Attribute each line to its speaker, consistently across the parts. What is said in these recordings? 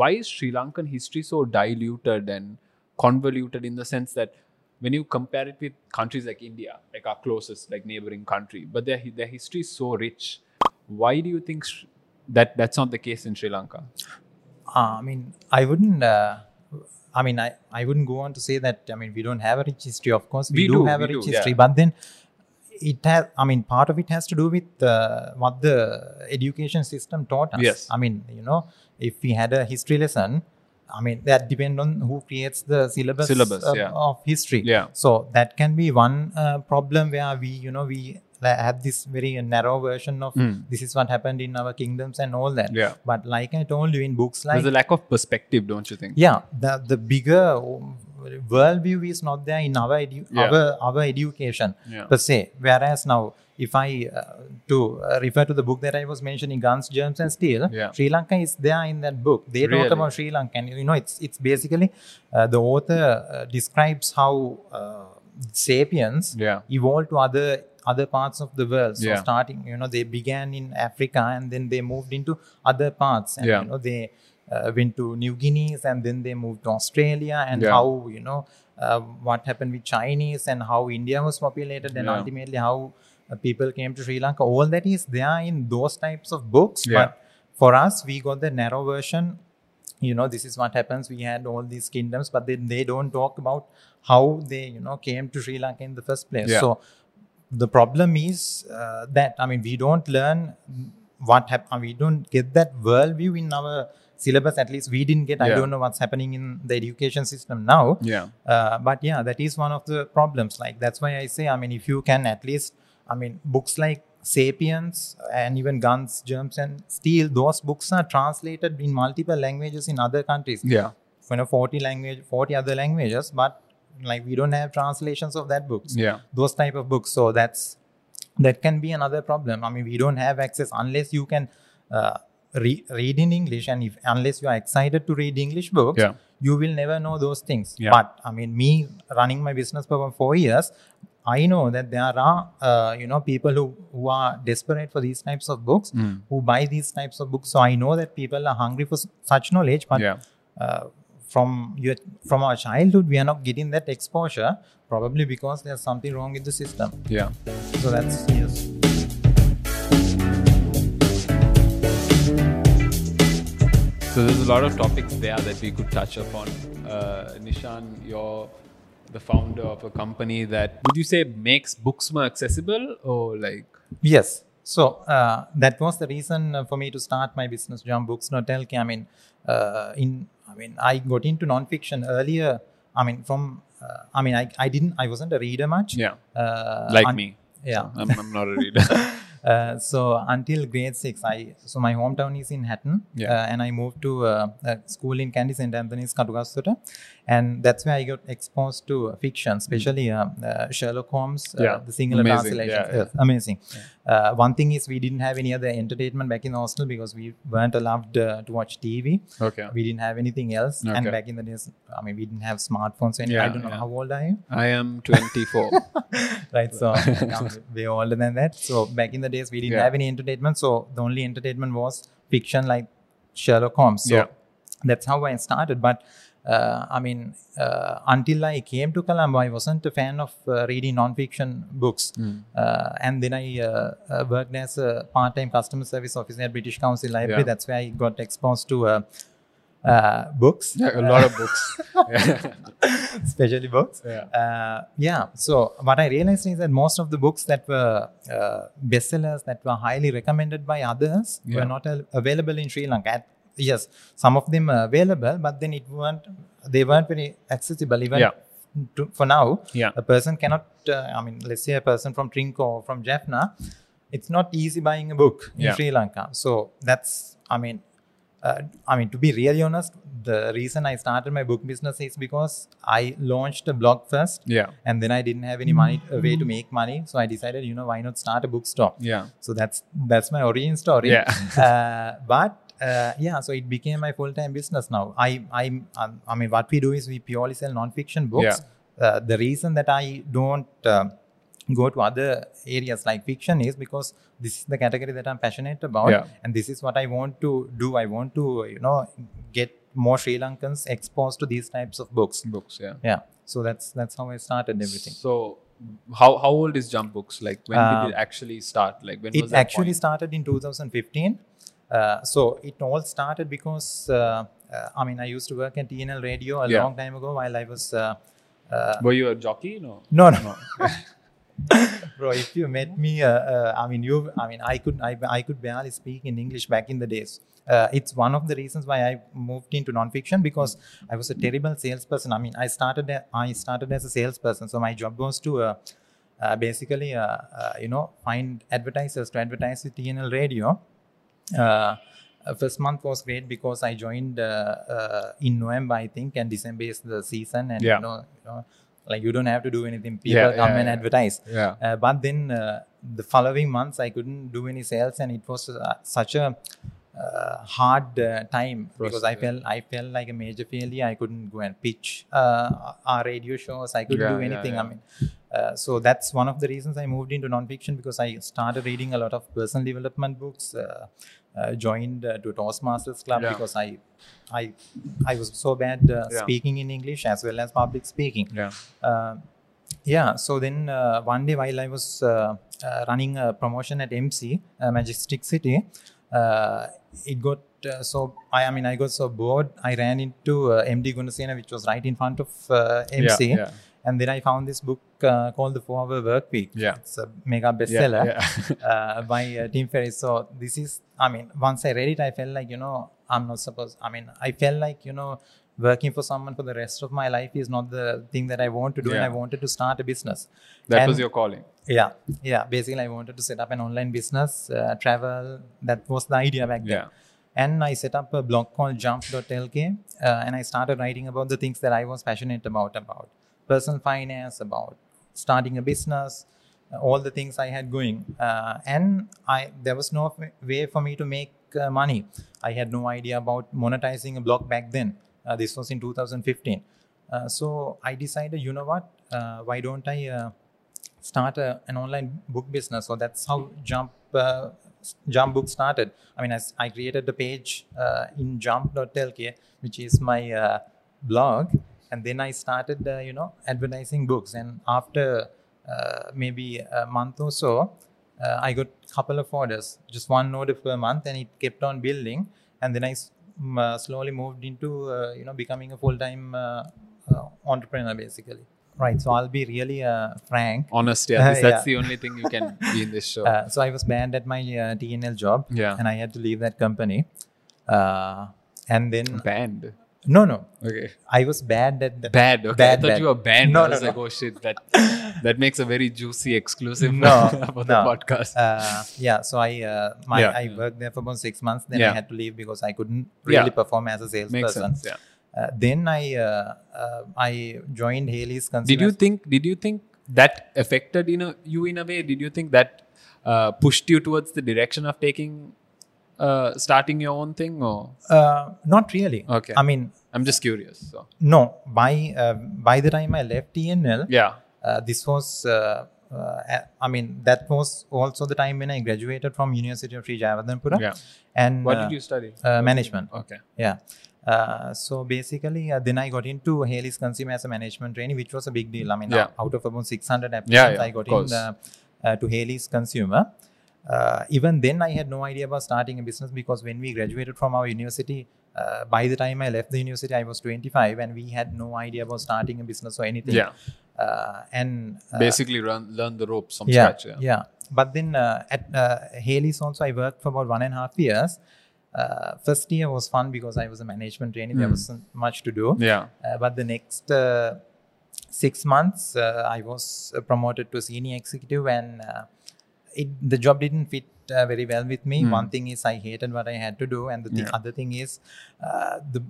Speaker 1: why is Sri Lankan history so diluted and convoluted in the sense that when you compare it with countries like India, like our closest, like neighboring country, but their their history is so rich. Why do you think Sh- that that's not the case in Sri Lanka?
Speaker 2: Uh, I mean, I wouldn't. Uh, I mean, I, I wouldn't go on to say that. I mean, we don't have a rich history. Of course, we,
Speaker 1: We
Speaker 2: do,
Speaker 1: do,
Speaker 2: have a
Speaker 1: we
Speaker 2: rich
Speaker 1: do,
Speaker 2: history,
Speaker 1: yeah.
Speaker 2: but then it has. I mean, part of it has to do with uh, what the education system taught us.
Speaker 1: Yes.
Speaker 2: I mean, you know, if we had a history lesson, I mean, that depend on who creates the syllabus,
Speaker 1: Syllabus,
Speaker 2: of,
Speaker 1: yeah.
Speaker 2: of history.
Speaker 1: Yeah.
Speaker 2: So that can be one uh, problem where we, you know, we la- have this very narrow version of
Speaker 1: Mm.
Speaker 2: this is what happened in our kingdoms and all that.
Speaker 1: Yeah.
Speaker 2: But like I told you, in books like
Speaker 1: There's a lack of perspective, don't you think?
Speaker 2: yeah the, the bigger worldview is not there in our edu-
Speaker 1: Yeah.
Speaker 2: our, our education
Speaker 1: Yeah.
Speaker 2: per se whereas now if i uh, to uh, refer to the book that i was mentioning guns germs and steel
Speaker 1: Yeah.
Speaker 2: sri lanka is there in that book they talk
Speaker 1: Really?
Speaker 2: about sri lanka and you know it's it's basically uh, the author uh, describes how uh, sapiens
Speaker 1: Yeah.
Speaker 2: evolved to other other parts of the world so
Speaker 1: Yeah.
Speaker 2: starting you know they began in africa and then they moved into other parts and
Speaker 1: Yeah.
Speaker 2: you know they uh, went to new guineas and then they moved to australia and
Speaker 1: Yeah.
Speaker 2: how you know uh, what happened with chinese and how india was populated and
Speaker 1: Yeah.
Speaker 2: ultimately how uh, people came to sri lanka all that is there in those types of books
Speaker 1: Yeah.
Speaker 2: but for us we got the narrow version you know this is what happens we had all these kingdoms but then they don't talk about how they you know came to sri lanka in the first place
Speaker 1: Yeah.
Speaker 2: so the problem is uh, that i mean we don't learn what happened we don't get that worldview in our syllabus at least we didn't get i
Speaker 1: Yeah.
Speaker 2: don't know what's happening in the education system now
Speaker 1: Yeah.
Speaker 2: uh, but yeah that is one of the problems like that's why i say i mean if you can at least i mean books like sapiens and even guns germs and steel those books are translated in multiple languages in other countries
Speaker 1: Yeah.
Speaker 2: you know 40 language 40 other languages but like we don't have translations of that books
Speaker 1: Yeah.
Speaker 2: those type of books so that's that can be another problem i mean we don't have access unless you can uh, re- read in english and if unless you are excited to read english books
Speaker 1: Yeah.
Speaker 2: you will never know those things
Speaker 1: Yeah.
Speaker 2: but i mean me running my business for about four years i know that there are uh, you know people who, who are desperate for these types of books
Speaker 1: Mm.
Speaker 2: who buy these types of books so i know that people are hungry for s- such knowledge but
Speaker 1: Yeah.
Speaker 2: uh, from your from our childhood we are not getting that exposure probably because there's something wrong with the system
Speaker 1: Yeah.
Speaker 2: so that's yes
Speaker 1: So there's a lot of topics there that we could touch upon. Uh, Nishan, you're the founder of a company that would you say makes books more accessible or like
Speaker 2: yes so uh, that was the reason uh, for me to start my business jump books not telki i mean uh, in i mean i got into nonfiction earlier i mean from uh, i mean I, I didn't i wasn't a reader much
Speaker 1: yeah,
Speaker 2: uh,
Speaker 1: like
Speaker 2: un-
Speaker 1: me?
Speaker 2: yeah
Speaker 1: I'm, I'm not a reader.
Speaker 2: Uh, so until grade six, I so my hometown is in Hatton,
Speaker 1: Yeah.
Speaker 2: uh, and I moved to uh, a school in Kandy St Anthony's Katugasuta, and that's where I got exposed to fiction, especially um, uh, Sherlock Holmes, uh,
Speaker 1: Mm. Yeah.
Speaker 2: the singular
Speaker 1: Amazing.
Speaker 2: translation,
Speaker 1: Yeah, yeah.
Speaker 2: Yes, amazing. Uh, one thing is we didn't have any other entertainment back in the hostel because we weren't allowed uh, to watch TV.
Speaker 1: okay.
Speaker 2: We didn't have anything else, and
Speaker 1: Okay.
Speaker 2: back in the days, I mean, we didn't have smartphones. And I
Speaker 1: Yeah,
Speaker 2: don't know
Speaker 1: yeah.
Speaker 2: how old are you
Speaker 1: I am 24.
Speaker 2: right so I'm way older than that so back in the days we didn't
Speaker 1: Yeah.
Speaker 2: have any entertainment so the only entertainment was fiction like sherlock holmes so
Speaker 1: Yeah.
Speaker 2: that's how i started but uh, i mean uh, until i came to colombo i wasn't a fan of uh, reading non-fiction books
Speaker 1: Hmm.
Speaker 2: uh, and then i uh, uh, worked as a part-time customer service officer at british council library
Speaker 1: Yeah.
Speaker 2: that's where i got exposed to uh, uh, books
Speaker 1: Yeah, a lot of books. yeah.
Speaker 2: especially books
Speaker 1: Yeah.
Speaker 2: uh, yeah. So what I realized is that most of the books that were uh, bestsellers that were highly recommended by others were
Speaker 1: Yeah.
Speaker 2: not al- available in Sri Lanka. At- yes, some of them are available, but then it weren't. They weren't very accessible even
Speaker 1: Yeah.
Speaker 2: to, for now.
Speaker 1: Yeah.
Speaker 2: A person cannot. Uh, I mean, let's say a person from Trinco or from Jaffna, it's not easy buying a book in
Speaker 1: Yeah.
Speaker 2: Sri Lanka. So that's. I mean, uh, I mean, to be really honest, the reason I started my book business is because I launched a blog first,
Speaker 1: Yeah.
Speaker 2: and then I didn't have any money, a way to make money, so I decided, you know, why not start a bookstore?
Speaker 1: Yeah.
Speaker 2: So that's that's my origin story.
Speaker 1: Yeah.
Speaker 2: uh, but uh, yeah, so it became my full-time business now. I I um, I mean, what we do is we purely sell non-fiction books. Uh, the reason that I don't uh, go to other areas like fiction is because this is the category that I'm passionate about,
Speaker 1: Yeah.
Speaker 2: and this is what I want to do. I want to you know get more Sri Lankans exposed to these types of books.
Speaker 1: Books, yeah.
Speaker 2: Yeah. So that's that's how I started everything.
Speaker 1: So how how old is Jump Books? Like when
Speaker 2: Um,
Speaker 1: did it actually start? Like when was
Speaker 2: it
Speaker 1: that
Speaker 2: actually
Speaker 1: point?
Speaker 2: started in 2015. Uh, so it all started because uh, uh, I mean I used to work at TNL Radio a
Speaker 1: Yeah.
Speaker 2: long time ago while I was. Uh, uh,
Speaker 1: Were you a jockey? No.
Speaker 2: no, no,
Speaker 1: No.
Speaker 2: bro. If you met me, uh, uh, I mean, you. I mean, I could, I, I could barely speak in English back in the days. Uh, it's one of the reasons why I moved into nonfiction because I was a terrible salesperson. I mean, I started, a- I started as a salesperson, so my job was to. Uh, uh, basically, uh, uh, you know, find advertisers to advertise with TNL Radio. Uh, uh, first month was great because I joined uh, uh, in November, I think, and December is the season, and
Speaker 1: Yeah.
Speaker 2: you, know, you know, like you don't have to do anything. People
Speaker 1: Yeah,
Speaker 2: come
Speaker 1: yeah,
Speaker 2: and
Speaker 1: yeah.
Speaker 2: advertise.
Speaker 1: yeah.
Speaker 2: Uh, but then uh, the following months, I couldn't do any sales, and it was uh, such a uh, hard uh, time because I
Speaker 1: Process, yeah.
Speaker 2: felt I felt like a major failure. I couldn't go and pitch uh, our radio shows. I couldn't
Speaker 1: Yeah,
Speaker 2: do
Speaker 1: yeah,
Speaker 2: anything.
Speaker 1: yeah.
Speaker 2: I mean, uh, so that's one of the reasons I moved into nonfiction because I started reading a lot of personal development books. Uh, uh, joined uh, to Toastmasters club
Speaker 1: Yeah.
Speaker 2: because I, I, I was so bad uh,
Speaker 1: Yeah.
Speaker 2: speaking in English as well as public speaking
Speaker 1: Yeah.
Speaker 2: uh, yeah so then uh, one day while i was uh, uh, running a promotion at mc uh, majestic city uh, it got uh, so I, I mean i got so bored i ran into uh, md gunasena which was right in front of uh, mc
Speaker 1: Yeah.
Speaker 2: and then i found this book uh, called the four hour work week
Speaker 1: Yeah.
Speaker 2: it's a mega
Speaker 1: Yeah.
Speaker 2: bestseller
Speaker 1: yeah.
Speaker 2: uh, by uh, Tim Ferriss. So this is, I mean, once I read it, I felt like you know I'm not supposed. I mean, I felt like you know working for someone for the rest of my life is not the thing that I want to do, and
Speaker 1: Yeah.
Speaker 2: I wanted to start a business.
Speaker 1: That
Speaker 2: And-
Speaker 1: was your calling.
Speaker 2: yeah, yeah. Basically, I wanted to set up an online business, uh, travel. That was the idea back then.
Speaker 1: Yeah.
Speaker 2: And I set up a blog called jump.lk uh, and I started writing about the things that I was passionate about about personal finance, about starting a business, uh, all the things I had going. Uh, and I there was no f- way for me to make uh, money. I had no idea about monetizing a blog back then. Uh, this was in 2015. Uh, so I decided, you know what, uh, why don't I uh, start a, an online book business? So that's how Jump uh, Jump Book started. I mean, I, s- I created a page uh, in jump.lk, which is my uh, blog, and then I started, uh, you know, advertising books. And after uh, maybe a month or so, uh, I got a couple of orders, just one order per month, and it kept on building. And then I s- m- uh, slowly moved into, uh, you know, becoming a full-time uh, uh, entrepreneur, basically. Right. So I'll be really uh, frank.
Speaker 1: Honest, yeah.
Speaker 2: Uh,
Speaker 1: That's
Speaker 2: yeah.
Speaker 1: the only thing you can be in this show.
Speaker 2: Uh, so I was banned at my uh, TNL job
Speaker 1: yeah.
Speaker 2: and I had to leave that company. Uh, and then
Speaker 1: Banned.
Speaker 2: no, no,
Speaker 1: Okay.
Speaker 2: I was bad at the
Speaker 1: Bad. Okay. I
Speaker 2: Bad,
Speaker 1: thought
Speaker 2: bad.
Speaker 1: you were banned.
Speaker 2: No,
Speaker 1: I was
Speaker 2: no,
Speaker 1: like,
Speaker 2: no.
Speaker 1: oh shit, that that makes a very juicy exclusive
Speaker 2: No,
Speaker 1: for
Speaker 2: no.
Speaker 1: the podcast.
Speaker 2: Uh, yeah, so I uh, my
Speaker 1: Yeah.
Speaker 2: I worked there for about six months. Then I
Speaker 1: Yeah.
Speaker 2: had to leave because I couldn't really
Speaker 1: Yeah.
Speaker 2: perform as a
Speaker 1: makes
Speaker 2: salesperson.
Speaker 1: sense. Yeah.
Speaker 2: Uh, then I uh, uh, I joined Haley's.
Speaker 1: Did you
Speaker 2: Consumer-
Speaker 1: think? Did you think that affected in a, you in a way? Did you think that uh, pushed you towards the direction of taking, uh, starting your own thing? Or
Speaker 2: Uh, not really.
Speaker 1: Okay.
Speaker 2: I mean,
Speaker 1: I'm just curious. So
Speaker 2: no. By uh, by the time I left TNL,
Speaker 1: yeah,
Speaker 2: uh, this was uh, uh, I mean that was also the time when I graduated from University of Sri Javadhanpura.
Speaker 1: yeah.
Speaker 2: And
Speaker 1: What
Speaker 2: uh,
Speaker 1: did you study?
Speaker 2: uh, management.
Speaker 1: Okay.
Speaker 2: Yeah. Uh, so basically, uh, then I got into Haley's Consumer as a management trainee, which was a big deal. I mean,
Speaker 1: Yeah.
Speaker 2: out of about 600 applicants,
Speaker 1: yeah,
Speaker 2: I got
Speaker 1: of
Speaker 2: in
Speaker 1: course.
Speaker 2: uh, uh, to Haley's Consumer. Uh, even then, I had no idea about starting a business because when we graduated from our university, uh, by the time I left the university, I was 25, and we had no idea about starting a business or anything.
Speaker 1: Yeah.
Speaker 2: Uh, and uh,
Speaker 1: Basically, run learn the ropes from
Speaker 2: yeah,
Speaker 1: scratch. Yeah.
Speaker 2: yeah. But then uh, at uh, Haley's also, I worked for about one and a half years. Uh, first year was fun because I was a management trainee. There
Speaker 1: Mm.
Speaker 2: wasn't much to do.
Speaker 1: Yeah.
Speaker 2: Uh, but the next uh, six months, uh, I was uh, promoted to senior executive, and uh, it, the job didn't fit uh, very well with me.
Speaker 1: Mm.
Speaker 2: One thing is I hated what I had to do, and the thi-
Speaker 1: Yeah.
Speaker 2: other thing is uh, the.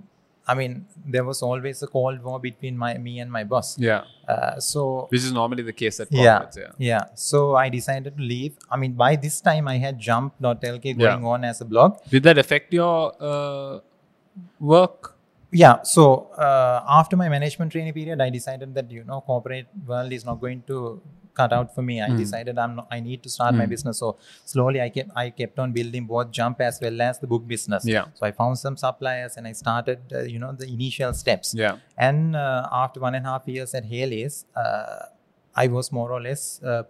Speaker 2: I mean, there was always a cold war between my me and my boss.
Speaker 1: Yeah.
Speaker 2: Uh, so
Speaker 1: Which is normally the case at
Speaker 2: Yeah.
Speaker 1: corporates. Yeah.
Speaker 2: yeah. So I decided to leave. I mean, by this time I had jump.lk going
Speaker 1: Yeah.
Speaker 2: on as a blog.
Speaker 1: Did that affect your uh, work?
Speaker 2: Yeah. So uh, after my management training period, I decided that, you know, corporate world is not going to cut out for me. I
Speaker 1: Hmm.
Speaker 2: decided I'm not, I need to start my business. So slowly I kept I kept on building both Jump as well as the book business.
Speaker 1: Yeah.
Speaker 2: So I found some suppliers and I started uh, you know the initial steps.
Speaker 1: Yeah.
Speaker 2: And uh, after one and a half years at Haley's, uh, I was more or less, uh,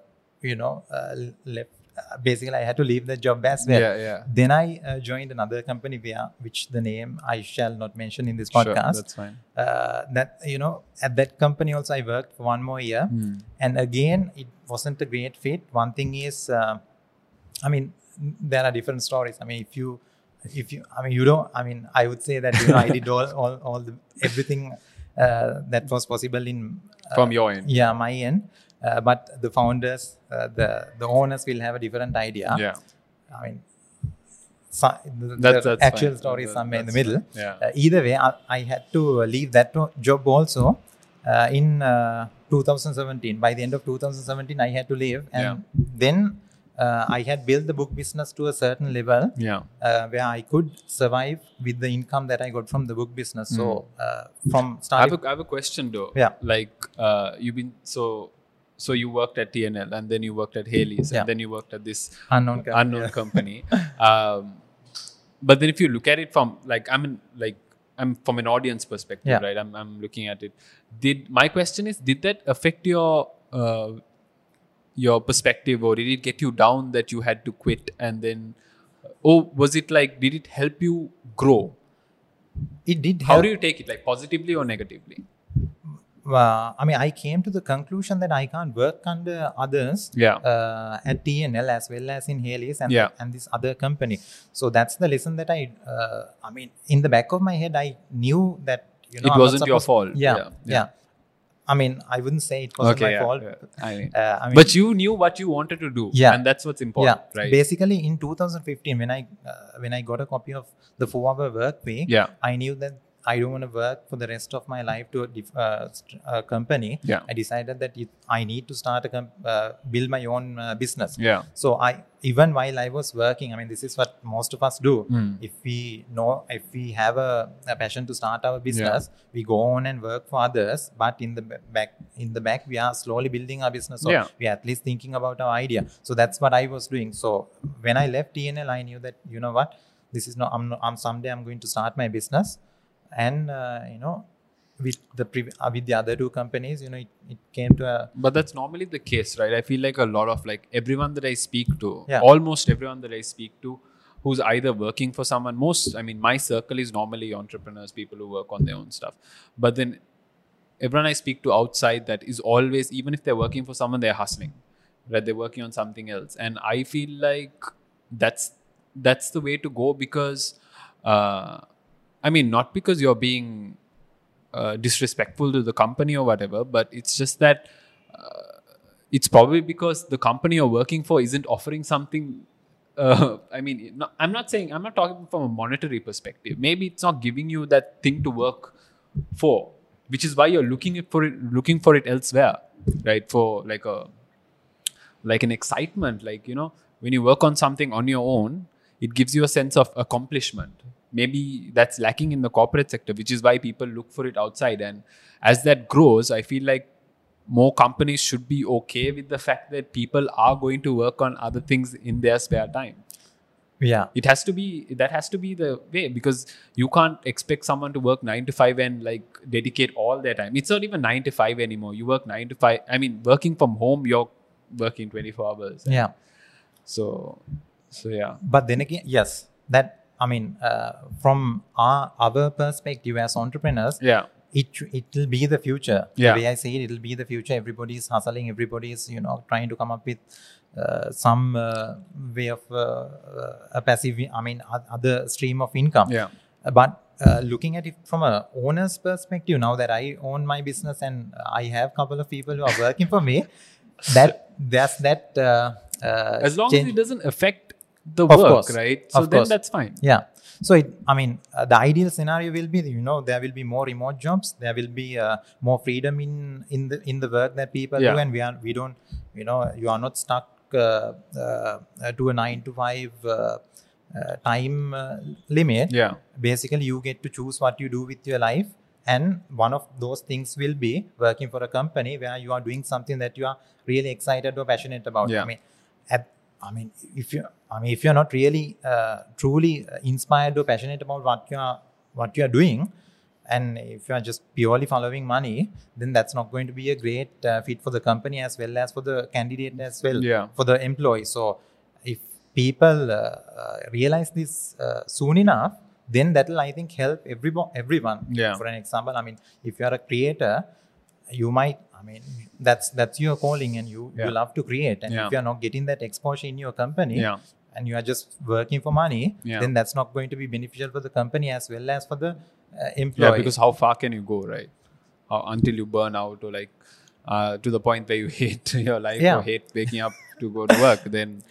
Speaker 2: you know, uh, left. Uh, basically, I had to leave the job as well.
Speaker 1: Yeah, yeah.
Speaker 2: Then I uh, joined another company via which the name I shall not mention in this
Speaker 1: Sure,
Speaker 2: podcast.
Speaker 1: that's fine.
Speaker 2: uh, that you know, at that company also I worked for one more year,
Speaker 1: Mm.
Speaker 2: and again it wasn't a great fit. One thing is, uh, I mean, there are different stories. I mean, if you, if you, I mean, you don't. I mean, I would say that you know I did all all all the everything uh, that was possible in uh,
Speaker 1: From your end.
Speaker 2: yeah my end uh, but the founders uh, the the owners will have a different idea
Speaker 1: Yeah.
Speaker 2: i mean so- the,
Speaker 1: That's-
Speaker 2: the
Speaker 1: that's
Speaker 2: actual
Speaker 1: fine.
Speaker 2: story is
Speaker 1: That-
Speaker 2: somewhere in the
Speaker 1: that's
Speaker 2: middle
Speaker 1: fine. Yeah.
Speaker 2: uh, either way I, I had to uh, leave that to- job also uh, in uh, 2017 by the end of 2017 i had to leave and
Speaker 1: Yeah.
Speaker 2: then uh, i had built the book business to a certain level
Speaker 1: Yeah.
Speaker 2: uh, where i could survive with the income that i got from the book business so uh, from
Speaker 1: I Mm. have,
Speaker 2: starting
Speaker 1: a, I have a question though.
Speaker 2: Yeah.
Speaker 1: Like uh, you've been so so you worked at TNL and then you worked at Haley's
Speaker 2: Yeah.
Speaker 1: and then you worked at this
Speaker 2: unknown company,
Speaker 1: unknown company. Um, but then if you look at it from like I'm in, like I'm from an audience perspective,
Speaker 2: Yeah.
Speaker 1: right? I'm I'm looking at it. Did my question is did that affect your uh, your perspective or did it get you down that you had to quit and then or was it like did it help you grow?
Speaker 2: it did
Speaker 1: How
Speaker 2: help
Speaker 1: do you take it? Like positively or negatively?
Speaker 2: uh, I mean, I came to the conclusion that I can't work under others
Speaker 1: Yeah.
Speaker 2: uh, at TNL as well as in Haley's and,
Speaker 1: Yeah.
Speaker 2: and this other company. So that's the lesson that I, uh, I mean, in the back of my head, I knew that, you know,
Speaker 1: It
Speaker 2: I'm not
Speaker 1: wasn't your
Speaker 2: supposed-
Speaker 1: fault.
Speaker 2: Yeah,
Speaker 1: Yeah,
Speaker 2: yeah.
Speaker 1: yeah.
Speaker 2: I mean, I wouldn't say it wasn't my fault.
Speaker 1: yeah. I mean,
Speaker 2: Uh, I mean,
Speaker 1: but you knew what you wanted to do,
Speaker 2: Yeah.
Speaker 1: and that's what's important,
Speaker 2: yeah,
Speaker 1: right?
Speaker 2: basically in 2015, when I, uh, when I got a copy of the four hour work week,
Speaker 1: Yeah,
Speaker 2: I knew that I don't want to work for the rest of my life to a, dif- uh, st- a company.
Speaker 1: Yeah.
Speaker 2: I decided that it, I need to start a com- uh, build my own uh, business.
Speaker 1: yeah,
Speaker 2: So I even while I was working, I mean, this is what most of us do.
Speaker 1: Mm.
Speaker 2: If we know, if we have a, a passion to start our business, we go on and work for others. But in the ba- back, in the back, we are slowly building our business. So
Speaker 1: Yeah.
Speaker 2: we are at least thinking about our idea. So that's what I was doing. So when I left TNL, I knew that you know what, this is not. I'm, not, I'm someday I'm going to start my business, and uh, you know, with the pre- uh, with the other two companies, you know, it, it came to a
Speaker 1: But that's normally the case, right? I feel like a lot of like everyone that I speak to,
Speaker 2: Yeah.
Speaker 1: almost everyone that I speak to, who's either working for someone. Most, I mean, my circle is normally entrepreneurs, people who work on their own stuff. But then everyone I speak to outside that is always, even if they're working for someone, they're hustling, right? They're working on something else, and I feel like that's that's the way to go because, uh, I mean, not because you're being uh, disrespectful to the company or whatever, but it's just that uh, it's probably because the company you're working for isn't offering something. Uh, I mean, no, I'm not saying I'm not talking from a monetary perspective. Maybe it's not giving you that thing to work for, which is why you're looking it for it, looking for it elsewhere, right? For like a like an excitement like you know when you work on something on your own it gives you a sense of accomplishment maybe that's lacking in the corporate sector which is why people look for it outside and as that grows i feel like more companies should be okay with the fact that people are going to work on other things in their spare time
Speaker 2: yeah
Speaker 1: it has to be that has to be the way because you can't expect someone to work 9 to 5 and like dedicate all their time it's not even 9 to 5 anymore you work 9 to 5 i mean working from home you're working 24 hours
Speaker 2: yeah.
Speaker 1: so so yeah
Speaker 2: but then again yes that i mean uh, from our our perspective as entrepreneurs
Speaker 1: yeah
Speaker 2: it it'll be the future
Speaker 1: Yeah.
Speaker 2: the way i see it it'll be the future everybody is hustling everybody is you know trying to come up with uh, some uh, way of uh, uh, a passive i mean o- other stream of income
Speaker 1: yeah
Speaker 2: Uh, but uh, looking at it from a owner's perspective now that i own my business and i have couple of people who are working for me that that's that uh, uh,
Speaker 1: as long
Speaker 2: change-
Speaker 1: as it doesn't affect the
Speaker 2: Of
Speaker 1: work
Speaker 2: course.
Speaker 1: right so
Speaker 2: Of
Speaker 1: then
Speaker 2: course.
Speaker 1: that's fine
Speaker 2: Yeah. So, it, I mean, uh, the ideal scenario will be, you know, there will be more remote jobs. There will be uh, more freedom in in the in the work that people
Speaker 1: Yeah.
Speaker 2: do, and we are we don't, you know, you are not stuck uh, uh, uh, to a nine to five uh, uh, time uh, limit.
Speaker 1: yeah
Speaker 2: Basically, you get to choose what you do with your life, and one of those things will be working for a company where you are doing something that you are really excited or passionate about
Speaker 1: Yeah.
Speaker 2: i mean at- i mean if you i mean if you're not really uh, truly uh, inspired or passionate about what you are what you are doing and if you are just purely following money then that's not going to be a great uh, fit for the company as well as for the candidate as well
Speaker 1: Yeah.
Speaker 2: for the employee so if people uh, uh, realize this uh, soon enough then that will i think help everyone everyone
Speaker 1: Yeah.
Speaker 2: for an example i mean if you are a creator you might i mean that's that's your calling and you you
Speaker 1: Yeah.
Speaker 2: love to create and
Speaker 1: Yeah.
Speaker 2: if you are not getting that exposure in your company
Speaker 1: Yeah.
Speaker 2: and you are just working for money
Speaker 1: Yeah.
Speaker 2: then that's not going to be beneficial for the company as well as for the uh,
Speaker 1: Yeah,
Speaker 2: employee
Speaker 1: because how far can you go, right? How, until you burn out or like uh, to the point where you hate your life
Speaker 2: Yeah.
Speaker 1: or hate waking up to go to work, then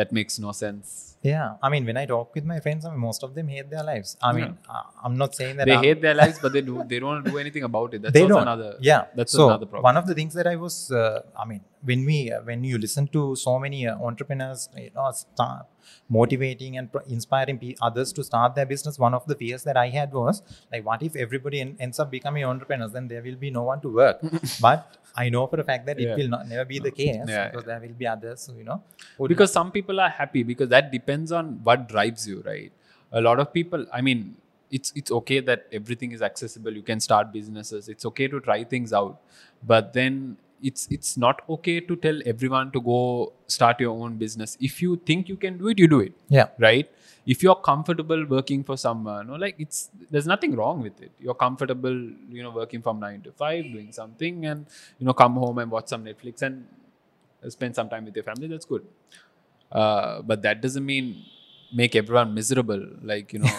Speaker 1: that makes no sense.
Speaker 2: yeah i mean when i talk with my friends I mean, most of them hate their lives i mean I- i'm not saying that
Speaker 1: They
Speaker 2: I'm-
Speaker 1: hate their lives, but they do they don't do anything about it. That's
Speaker 2: they
Speaker 1: also
Speaker 2: don't.
Speaker 1: another
Speaker 2: yeah.
Speaker 1: That's
Speaker 2: so
Speaker 1: another problem.
Speaker 2: One of the things that I was, uh, I mean, when we, uh, when you listen to so many uh, entrepreneurs, you know, start motivating and pro- inspiring pe- others to start their business, one of the fears that I had was like, what if everybody en- ends up becoming entrepreneurs? Then there will be no one to work. but I know for a fact that
Speaker 1: Yeah.
Speaker 2: it will not never be the case
Speaker 1: Yeah,
Speaker 2: because there will be others, who, you know, who
Speaker 1: because some people are happy because that depends on what drives you right a lot of people i mean it's it's okay that everything is accessible you can start businesses it's okay to try things out but then it's it's not okay to tell everyone to go start your own business if you think you can do it you do it
Speaker 2: yeah,
Speaker 1: right if you're comfortable working for someone or like it's there's nothing wrong with it you're comfortable you know working from 9 to 5 doing something and you know come home and watch some netflix and spend some time with your family that's good uh, but that doesn't mean make everyone miserable like you know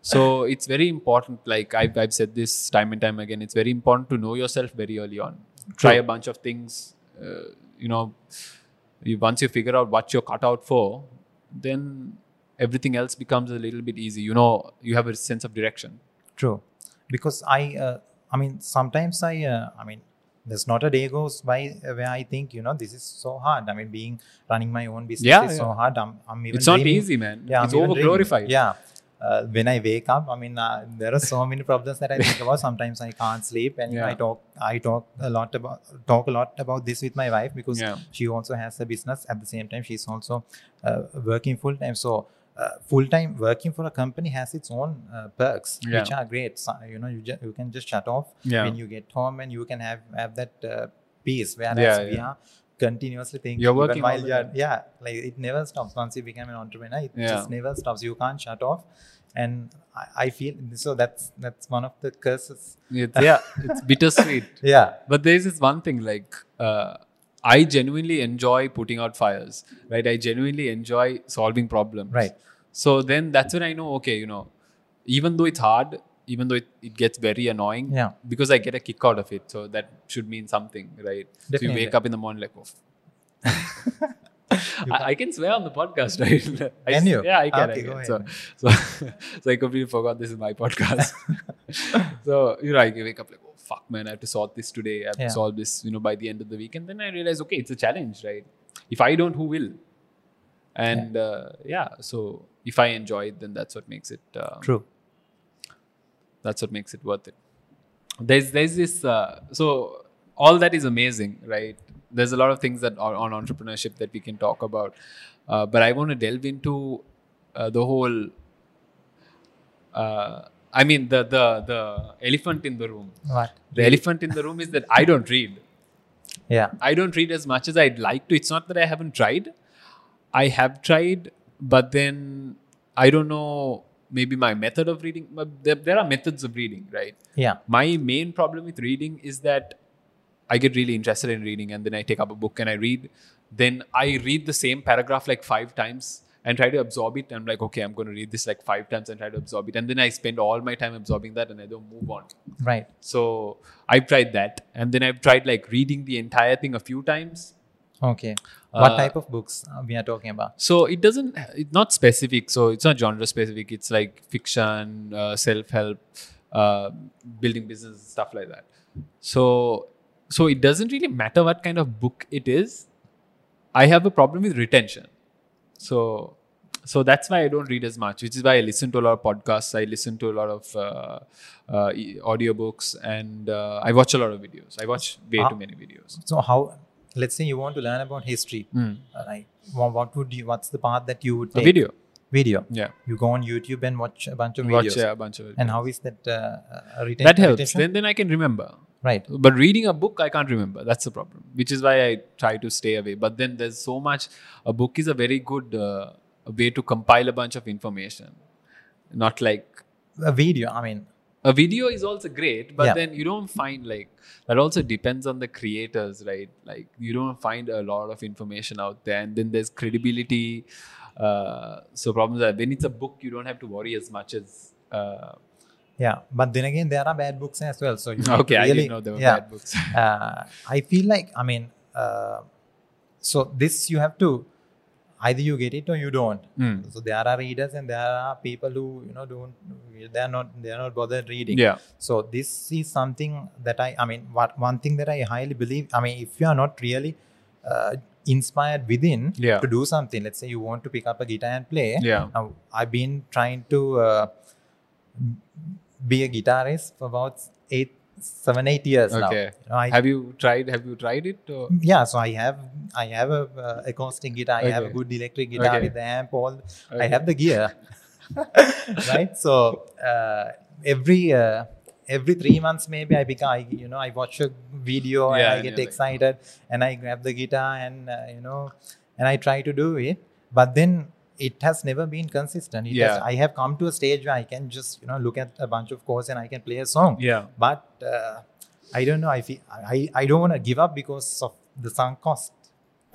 Speaker 1: so it's very important like I've, I've said this time and time again it's very important to know yourself very early on try a bunch of things uh, you know you, once you figure out what you're cut out for then everything else becomes a little bit easy you know you have a sense of direction
Speaker 2: True, because I, uh, I mean, sometimes I, uh, I mean, there's not a day goes by uh, where I think, you know, this is so hard. I mean, being running my own business
Speaker 1: Yeah,
Speaker 2: is so
Speaker 1: yeah.
Speaker 2: hard. I'm, I'm even
Speaker 1: it's not
Speaker 2: dreaming-
Speaker 1: easy man
Speaker 2: Yeah,
Speaker 1: it's
Speaker 2: I'm even
Speaker 1: over
Speaker 2: dreaming.
Speaker 1: glorified
Speaker 2: Yeah. Uh, when I wake up, I mean, uh, there are so many problems that I think about. Sometimes I can't sleep, and
Speaker 1: Yeah.
Speaker 2: I talk, I talk a lot about talk a lot about this with my wife because
Speaker 1: Yeah.
Speaker 2: she also has a business. At the same time, she's also uh, working full time. So uh, full time working for a company has its own uh, perks,
Speaker 1: Yeah.
Speaker 2: which are great. So, you know, you just you can just shut off
Speaker 1: Yeah.
Speaker 2: when you get home, and you can have have that uh, peace. Whereas
Speaker 1: Yeah,
Speaker 2: we
Speaker 1: yeah.
Speaker 2: are continuously thinking,
Speaker 1: You're
Speaker 2: even
Speaker 1: working all
Speaker 2: while
Speaker 1: the
Speaker 2: you are
Speaker 1: time.
Speaker 2: yeah like it never stops once you become an entrepreneur it
Speaker 1: Yeah.
Speaker 2: just never stops you can't shut off and I, I feel so that's that's one of the curses
Speaker 1: It's- yeah it's bittersweet
Speaker 2: yeah
Speaker 1: But there's this one thing like uh, I genuinely enjoy putting out fires, right? I genuinely enjoy solving problems.
Speaker 2: Right.
Speaker 1: So then that's when I know, okay, you know, even though it's hard, even though it, it gets very annoying,
Speaker 2: Yeah.
Speaker 1: because I get a kick out of it. So that should mean something, right? So you
Speaker 2: Definitely.
Speaker 1: wake up in the morning like, oh. I, I can swear on the podcast, right? I
Speaker 2: Can
Speaker 1: s-
Speaker 2: you?
Speaker 1: Yeah, I can.
Speaker 2: Okay,
Speaker 1: I
Speaker 2: go
Speaker 1: can.
Speaker 2: ahead.
Speaker 1: So, so, so I completely forgot this is my podcast. so you know, I wake up like, oh fuck, man, I have to sort this today. I have
Speaker 2: Yeah.
Speaker 1: to solve this, you know, by the end of the week. And then I realize, okay, it's a challenge, right? If I don't, who will? And yeah, uh, yeah so if I enjoy it, then that's what makes it. Uh,
Speaker 2: true
Speaker 1: that's what makes it worth it there's there's this uh, so all that is amazing right there's a lot of things that are on entrepreneurship that we can talk about uh, but i want to delve into uh, the whole uh, i mean the the the elephant in the room
Speaker 2: what
Speaker 1: the elephant in the room is that i don't read
Speaker 2: yeah
Speaker 1: i don't read as much as i'd like to it's not that i haven't tried i have tried but then i don't know maybe my method of reading but there, there are methods of reading right
Speaker 2: yeah
Speaker 1: my main problem with reading is that I get really interested in reading and then I take up a book and I read. Then I read the same paragraph like five times and try to absorb it. I'm like, okay, I'm going to read this like five times and try to absorb it. And then I spend all my time absorbing that and I don't move on.
Speaker 2: right
Speaker 1: So I've tried that. And then I've tried like reading the entire thing a few times.
Speaker 2: okay what
Speaker 1: Uh,
Speaker 2: type of books uh, we are talking about
Speaker 1: So it doesn't, it's not specific. So it's not genre specific. It's like fiction, uh, self help, uh, building business, stuff like that. So, so it doesn't really matter what kind of book it is. I have a problem with retention. So so that's why I don't read as much, which is why I listen to a lot of podcasts. I listen to a lot of uh, uh, e- audiobooks, and uh, I watch a lot of videos. I watch way
Speaker 2: Ah.
Speaker 1: too many videos.
Speaker 2: So how? Let's say you want to learn about history,
Speaker 1: Mm.
Speaker 2: right? Well, what would you? What's the path that you would
Speaker 1: A
Speaker 2: take?
Speaker 1: video,
Speaker 2: Video.
Speaker 1: yeah.
Speaker 2: You go on YouTube and watch a bunch of
Speaker 1: Watch
Speaker 2: videos.
Speaker 1: yeah, a bunch of
Speaker 2: And how is that uh, uh, retain-
Speaker 1: that helps.
Speaker 2: retention?
Speaker 1: Then then I can remember.
Speaker 2: Right.
Speaker 1: But reading a book, I can't remember. That's the problem, which is why I try to stay away. But then there's so much. A book is a very good uh, way to compile a bunch of information. Not like
Speaker 2: A video. I mean,
Speaker 1: a video is also great, but
Speaker 2: Yeah.
Speaker 1: then you don't find like that. Also depends on the creators, right? Like you don't find a lot of information out there, and then there's credibility. Uh, so problems are when it's a book, you don't have to worry as much as. Uh,
Speaker 2: yeah. But then again, there are bad books as well. So you need to
Speaker 1: okay, I
Speaker 2: really,
Speaker 1: didn't know there were
Speaker 2: yeah.
Speaker 1: bad books.
Speaker 2: uh, I feel like I mean, uh, so this you have to either you get it or you don't.
Speaker 1: Mm.
Speaker 2: So there are readers and there are people who you know don't they are not they are not bothered reading.
Speaker 1: Yeah,
Speaker 2: So this is something that I I mean what, one thing that I highly believe. I mean if you are not really uh, inspired within
Speaker 1: Yeah.
Speaker 2: to do something, let's say you want to pick up a guitar and play.
Speaker 1: yeah.
Speaker 2: Now, I've been trying to uh, be a guitarist for about eight, seven, eight years now.
Speaker 1: Okay.
Speaker 2: You know, I-
Speaker 1: have you tried? Have you tried it? uh, Or?
Speaker 2: yeah, so I have I have a uh, acoustic guitar. I have a
Speaker 1: Okay.
Speaker 2: good electric guitar
Speaker 1: Okay.
Speaker 2: with the amp. All I
Speaker 1: Okay.
Speaker 2: have the gear, right? So uh, every uh, every three months, maybe I become I, you know I watch a video
Speaker 1: Yeah,
Speaker 2: and I
Speaker 1: and
Speaker 2: get
Speaker 1: you're like-
Speaker 2: excited and I grab the guitar and uh, you know and I try to do it, but then it has never been consistent. It has,
Speaker 1: Yeah.
Speaker 2: I have come to a stage where I can just you know look at a bunch of chords and I can play a song
Speaker 1: Yeah.
Speaker 2: but uh, I don't know. I feel, I I don't want to give up because of the sunk cost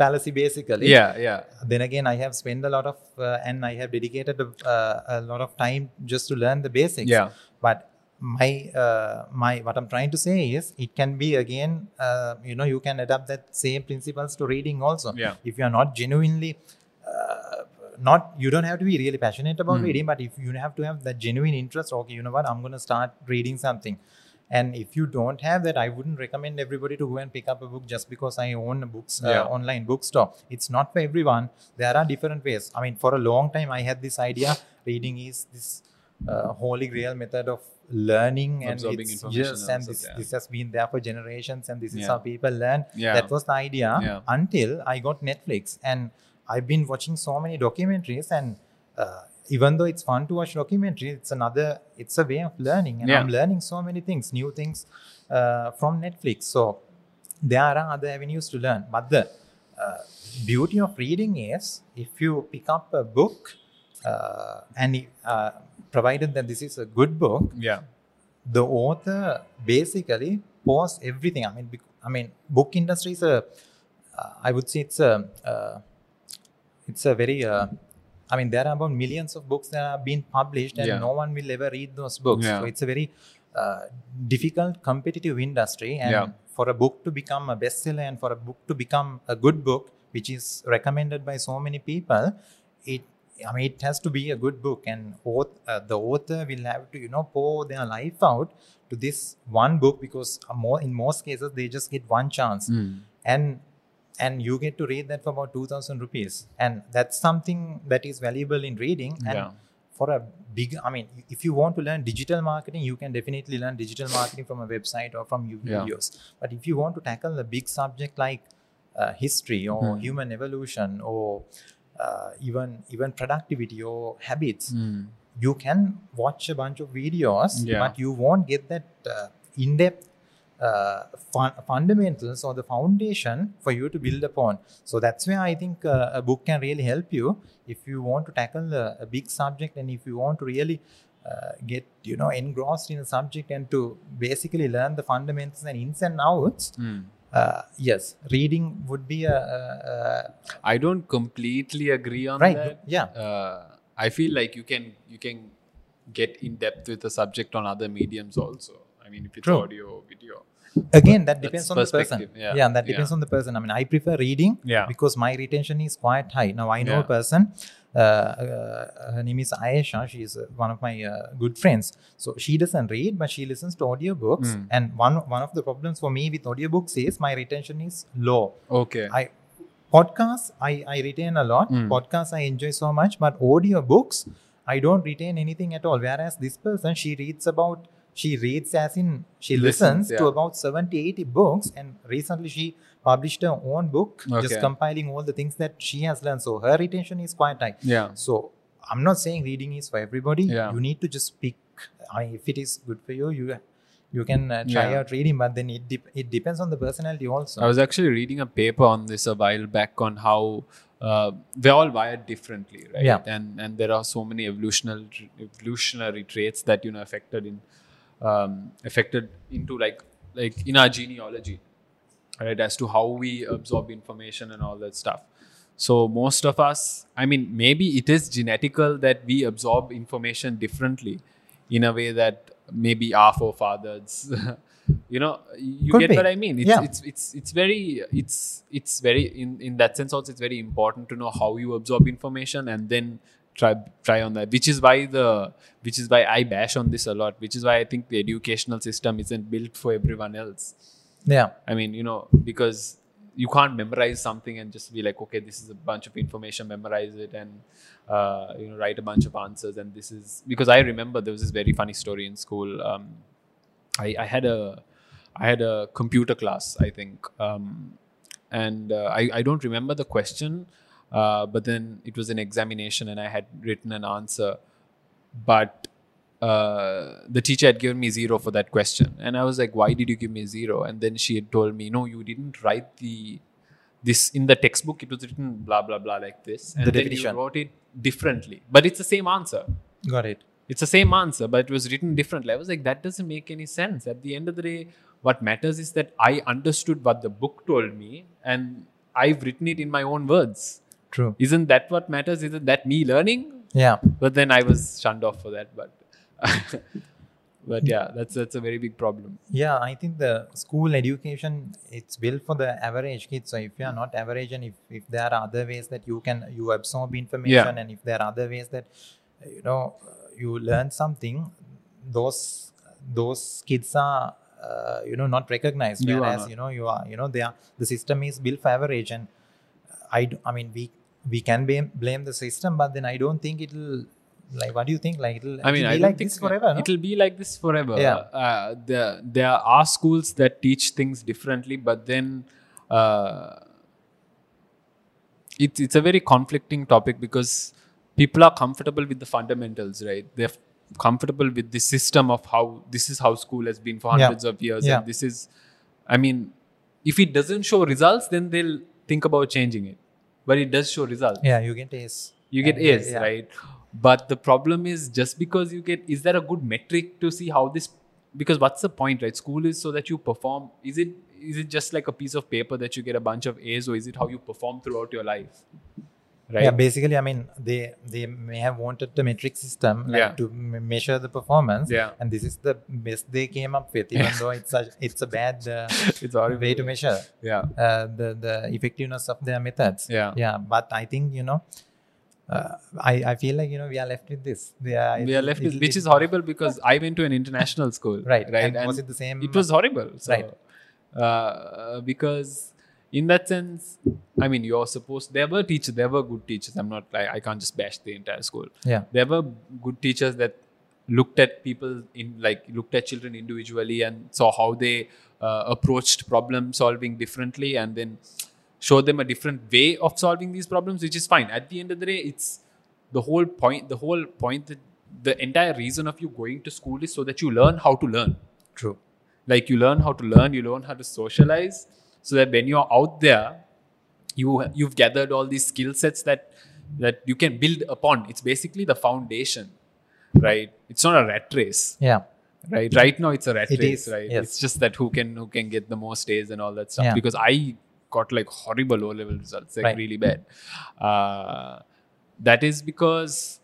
Speaker 2: fallacy, basically.
Speaker 1: Yeah, yeah.
Speaker 2: Then again, I have spent a lot of uh, and I have dedicated a, uh, a lot of time just to learn the basics.
Speaker 1: Yeah.
Speaker 2: But my uh, my what I'm trying to say is, it can be again, uh, you know, you can adapt that same principles to reading also.
Speaker 1: Yeah.
Speaker 2: If you are not genuinely uh, not you don't have to be really passionate about
Speaker 1: Mm.
Speaker 2: reading but if you have to have that genuine interest okay you know what i'm going to start reading something and if you don't have that i wouldn't recommend everybody to go and pick up a book just because i own a books uh,
Speaker 1: Yeah.
Speaker 2: online bookstore it's not for everyone there are different ways i mean for a long time i had this idea reading is this uh, holy grail method of learning and
Speaker 1: Absorbing
Speaker 2: it's
Speaker 1: information
Speaker 2: yes,
Speaker 1: and
Speaker 2: and
Speaker 1: stuff,
Speaker 2: this,
Speaker 1: yeah.
Speaker 2: this has been there for generations and this is
Speaker 1: Yeah.
Speaker 2: how people learn
Speaker 1: Yeah.
Speaker 2: that was the idea
Speaker 1: Yeah.
Speaker 2: until I got Netflix. And I've been watching so many documentaries. And uh, even though it's fun to watch documentaries, it's another, it's a way of learning. And
Speaker 1: Yeah.
Speaker 2: I'm learning so many things, new things uh, from Netflix. So there are other avenues to learn. But the uh, beauty of reading is if you pick up a book, uh, and uh, provided that this is a good book,
Speaker 1: Yeah.
Speaker 2: the author basically posts everything. I mean, bec- I mean, book industry is a, uh, I would say it's a, uh, it's a very, uh, I mean, there are about millions of books that have been published, and
Speaker 1: Yeah.
Speaker 2: no one will ever read those books.
Speaker 1: Yeah.
Speaker 2: So it's a very uh, difficult, competitive industry, and
Speaker 1: Yeah.
Speaker 2: for a book to become a bestseller and for a book to become a good book, which is recommended by so many people, it I mean, it has to be a good book, and auth, uh, the author will have to, you know, pour their life out to this one book because uh, more in most cases they just get one chance,
Speaker 1: Mm.
Speaker 2: and and you get to read that for about two thousand rupees, and that's something that is valuable in reading. And
Speaker 1: Yeah.
Speaker 2: for a big, I mean, if you want to learn digital marketing, you can definitely learn digital marketing from a website or from you-
Speaker 1: Yeah.
Speaker 2: videos. But if you want to tackle a big subject like uh, history or
Speaker 1: Mhm.
Speaker 2: human evolution or uh, even even productivity or habits,
Speaker 1: Mm.
Speaker 2: you can watch a bunch of videos,
Speaker 1: Yeah.
Speaker 2: but you won't get that uh, in depth uh, fun- fundamentals or the foundation for you to build upon. So that's where I think uh, a book can really help you if you want to tackle a, a big subject and if you want to really. Uh, get you know engrossed in a subject and to basically learn the fundamentals and ins and outs
Speaker 1: Mm.
Speaker 2: uh, yes reading would be a, a,
Speaker 1: I don't completely agree
Speaker 2: a
Speaker 1: on
Speaker 2: right
Speaker 1: that.
Speaker 2: yeah
Speaker 1: Uh, I feel like you can you can get in depth with the subject on other mediums also. I mean, if it's
Speaker 2: True.
Speaker 1: audio or video.
Speaker 2: again that
Speaker 1: That's
Speaker 2: depends on the person
Speaker 1: perspective,
Speaker 2: yeah,
Speaker 1: yeah.
Speaker 2: that depends on the person i mean i prefer reading
Speaker 1: Yeah.
Speaker 2: because my retention is quite high now i know a
Speaker 1: Yeah.
Speaker 2: person uh, uh, her name is ayesha she is uh, one of my uh, good friends so she doesn't read but she listens to audiobooks
Speaker 1: Mm.
Speaker 2: and one one of the problems for me with audiobooks is my retention is low
Speaker 1: Okay. Hmm.
Speaker 2: i podcasts I, I retain a lot. Podcasts I enjoy so much, but audio books I don't retain anything at all. Whereas this person, she reads about she reads as in she
Speaker 1: Listens,
Speaker 2: listens,
Speaker 1: yeah.
Speaker 2: to about 70 80 books and recently she published her own book
Speaker 1: Okay.
Speaker 2: just compiling all the things that she has learned so her retention is quite high
Speaker 1: Yeah.
Speaker 2: so i'm not saying reading is for everybody
Speaker 1: Yeah.
Speaker 2: you need to just pick I, if it is good for you you you can uh, try
Speaker 1: Yeah.
Speaker 2: out reading but then it, dep it depends on the personality also
Speaker 1: I was actually reading a paper on this a while back on how uh, we're all wired differently, right?
Speaker 2: Yeah.
Speaker 1: And and there are so many evolutional evolutionary traits that you know affected in um, affected into like like in our genealogy, right? As to how we absorb information and all that stuff. So most of us, I mean, maybe it is genetical that we absorb information differently, in a way that maybe our forefathers, you know, you
Speaker 2: Could
Speaker 1: get
Speaker 2: be.
Speaker 1: what I mean. It's,
Speaker 2: Yeah.
Speaker 1: it's it's it's very it's it's very in in that sense also it's very important to know how you absorb information and then try try on that which is why the which is why i bash on this a lot which is why i think the educational system isn't built for everyone else
Speaker 2: yeah
Speaker 1: i mean you know because you can't memorize something and just be like okay this is a bunch of information memorize it and uh, you know write a bunch of answers and this is because i remember there was this very funny story in school um, I, I had a I had a computer class, I think, um, and uh, I I don't remember the question, uh, but then it was an examination, and I had written an answer, but uh, the teacher had given me zero for that question, and I was like, why did you give me zero? And then she had told me, no, you didn't write the this in the textbook. It was written blah blah blah like this, and
Speaker 2: The
Speaker 1: then
Speaker 2: definition.
Speaker 1: you wrote it differently, but it's the same answer
Speaker 2: got it
Speaker 1: it's the same answer but it was written differently i was like that doesn't make any sense at the end of the day what matters is that i understood what the book told me and i've written it in my own words
Speaker 2: true
Speaker 1: isn't that what matters isn't that me learning
Speaker 2: yeah
Speaker 1: but then i was shunned off for that but but yeah that's that's a very big problem
Speaker 2: yeah i think the school education it's built for the average kid so if you are not average and if, if there are other ways that you can you absorb information and if there are other ways that you know you learn something those those kids are uh, you know not recognized
Speaker 1: You are
Speaker 2: whereas
Speaker 1: not.
Speaker 2: you know you are you know they are the system is built for average and i do, i mean we we can blame, blame the system but then i don't think it'll like what do you think like it'll,
Speaker 1: I mean,
Speaker 2: it'll
Speaker 1: I
Speaker 2: be
Speaker 1: don't
Speaker 2: like
Speaker 1: think
Speaker 2: this forever no?
Speaker 1: It'll be like this forever.
Speaker 2: Yeah.
Speaker 1: Uh, there, there are schools that teach things differently, but then uh, it's it's a very conflicting topic because people are comfortable with the fundamentals, right? They're f- comfortable with the system of how this is how school has been for
Speaker 2: Yeah.
Speaker 1: hundreds of years,
Speaker 2: Yeah.
Speaker 1: and this is, I mean, if it doesn't show results, then they'll think about changing it. But it does show results
Speaker 2: yeah you get ace
Speaker 1: you get
Speaker 2: And, uh,
Speaker 1: A's, right? But the problem is just because you get, is there a good metric to see how this? Because what's the point, right? School is so that you perform. Is it is it just like a piece of paper that you get a bunch of A's, or is it how you perform throughout your life, right?
Speaker 2: Yeah, basically, I mean, they they may have wanted the metric system like,
Speaker 1: Yeah.
Speaker 2: to m- measure the performance,
Speaker 1: Yeah.
Speaker 2: and this is the best they came up with, even though it's a it's a bad uh,
Speaker 1: it's horrible.
Speaker 2: way to measure
Speaker 1: yeah,
Speaker 2: uh, the the effectiveness of their methods.
Speaker 1: Yeah.
Speaker 2: yeah. But I think you know, uh, I I feel like you know we are left with this. They are,
Speaker 1: we are left with,
Speaker 2: it'll-
Speaker 1: which
Speaker 2: it-
Speaker 1: is horrible because I went to an international school,
Speaker 2: right.
Speaker 1: Right,
Speaker 2: And, was it the same?
Speaker 1: it was horrible so,
Speaker 2: Right.
Speaker 1: uh, because in that sense i mean you're supposed there were teachers there were good teachers i'm not I, I can't just bash the entire school
Speaker 2: Yeah.
Speaker 1: there were good teachers that looked at people in like looked at children individually and saw how they uh, approached problem solving differently and then showed them a different way of solving these problems which is fine at the end of the day it's the whole point the whole point that the entire reason of you going to school is so that you learn how to learn
Speaker 2: true.
Speaker 1: like you learn how to learn you learn how to socialize so that when you're out there you you've gathered all these skill sets that that you can build upon it's basically the foundation right it's not a rat race
Speaker 2: Yeah,
Speaker 1: right right now it's a rat
Speaker 2: It
Speaker 1: race
Speaker 2: is,
Speaker 1: right
Speaker 2: yes.
Speaker 1: it's just that who can who can get the most a's and all that stuff
Speaker 2: Yeah.
Speaker 1: because i got like horrible o level results like
Speaker 2: Right.
Speaker 1: really bad uh, that is because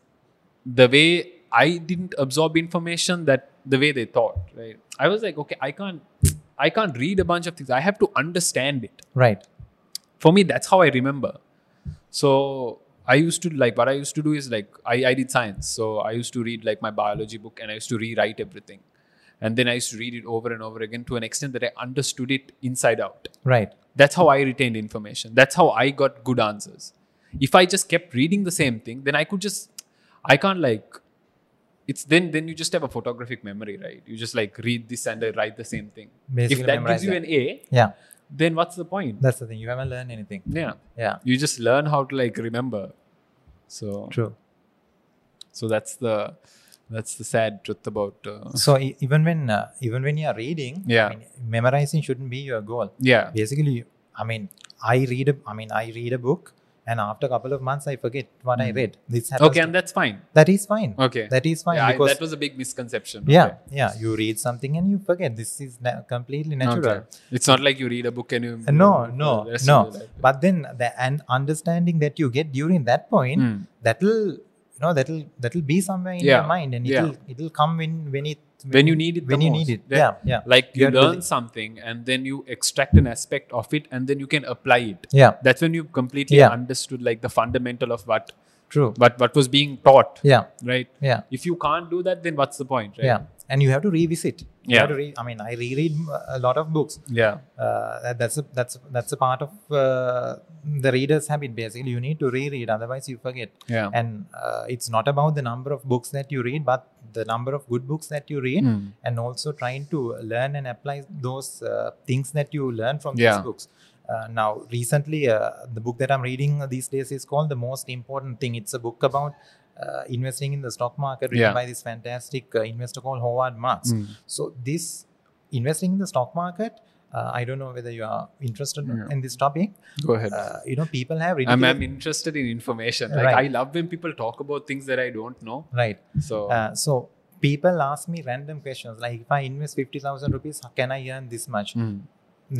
Speaker 1: the way i didn't absorb information that the way they thought right i was like okay i can't i can't read a bunch of things i have to understand it
Speaker 2: right.
Speaker 1: for me that's how i remember so i used to like what i used to do is like I, I did science so i used to read like my biology book and i used to rewrite everything and then i used to read it over and over again to an extent that i understood it inside out
Speaker 2: Right.
Speaker 1: That's how I retained information. That's how I got good answers. If I just kept reading the same thing, then I could just, I can't like, it's then then you just have a photographic memory, right? You just like read this and I write the same thing.
Speaker 2: Basically
Speaker 1: if that
Speaker 2: memorize
Speaker 1: gives you
Speaker 2: that.
Speaker 1: an A,
Speaker 2: Yeah,
Speaker 1: then what's the point?
Speaker 2: that's the thing. You haven't learned anything.
Speaker 1: Yeah,
Speaker 2: Yeah,
Speaker 1: you just learn how to like remember. So
Speaker 2: true.
Speaker 1: so that's the that's the sad truth about uh,
Speaker 2: So e- even when uh, even when you are reading,
Speaker 1: Yeah.
Speaker 2: I mean, memorizing shouldn't be your goal.
Speaker 1: yeah
Speaker 2: Basically, I mean, I read a, I mean, I read a book, and after a couple of months, I forget what I read. This happens.
Speaker 1: Hmm. okay
Speaker 2: to-
Speaker 1: and that's fine
Speaker 2: that is fine.
Speaker 1: okay
Speaker 2: That is fine
Speaker 1: yeah, I-
Speaker 2: because
Speaker 1: that was a big misconception
Speaker 2: yeah,
Speaker 1: Okay.
Speaker 2: yeah, you read something and you forget. This is na- completely natural. Uh,
Speaker 1: Okay. It's not like you read a book and you.
Speaker 2: No, no,
Speaker 1: the rest
Speaker 2: no.
Speaker 1: of your life.
Speaker 2: But then the and understanding that you get during that point,
Speaker 1: Mm.
Speaker 2: that'll you know that'll that'll be somewhere in
Speaker 1: Yeah.
Speaker 2: your mind, and
Speaker 1: Yeah.
Speaker 2: it'll it'll come when when it
Speaker 1: When you need it.
Speaker 2: when
Speaker 1: the
Speaker 2: you
Speaker 1: most.
Speaker 2: need it.
Speaker 1: That-
Speaker 2: yeah, yeah,
Speaker 1: Like you
Speaker 2: Yeah, it
Speaker 1: learn
Speaker 2: will-
Speaker 1: something and then you extract an aspect of it and then you can apply it.
Speaker 2: yeah.
Speaker 1: That's when you completely
Speaker 2: Yeah.
Speaker 1: understood like the fundamental of what
Speaker 2: True.
Speaker 1: what what was being taught,
Speaker 2: Yeah,
Speaker 1: right?
Speaker 2: yeah,
Speaker 1: If you can't do that, then what's the point, right?
Speaker 2: yeah. And you have to revisit. You
Speaker 1: Yeah.
Speaker 2: have to re- I mean, I reread a lot of books.
Speaker 1: Yeah.
Speaker 2: Uh, that- that's a, that's that's a part of uh, the reader's habit. Basically, you need to reread, otherwise you forget.
Speaker 1: Yeah.
Speaker 2: and uh, it's not about the number of books that you read but the number of good books that you read
Speaker 1: Mm.
Speaker 2: and also trying to learn and apply those uh, things that you learn from
Speaker 1: Yeah.
Speaker 2: these books uh, now recently uh, the book that i'm reading these days is called the most important thing it's a book about uh, investing in the stock market written
Speaker 1: Yeah.
Speaker 2: by this fantastic uh, investor called howard marks
Speaker 1: Mm.
Speaker 2: so this investing in the stock market uh, i don't know whether you are interested
Speaker 1: Yeah.
Speaker 2: in this topic
Speaker 1: Go ahead.
Speaker 2: uh, you know people have
Speaker 1: I'm,
Speaker 2: ridiculous-
Speaker 1: I'm interested in information. Like
Speaker 2: Right.
Speaker 1: I love when people talk about things that I don't know.
Speaker 2: right
Speaker 1: So
Speaker 2: Uh, so people ask me random questions like if I invest fifty thousand rupees, how can I earn this much?
Speaker 1: mm.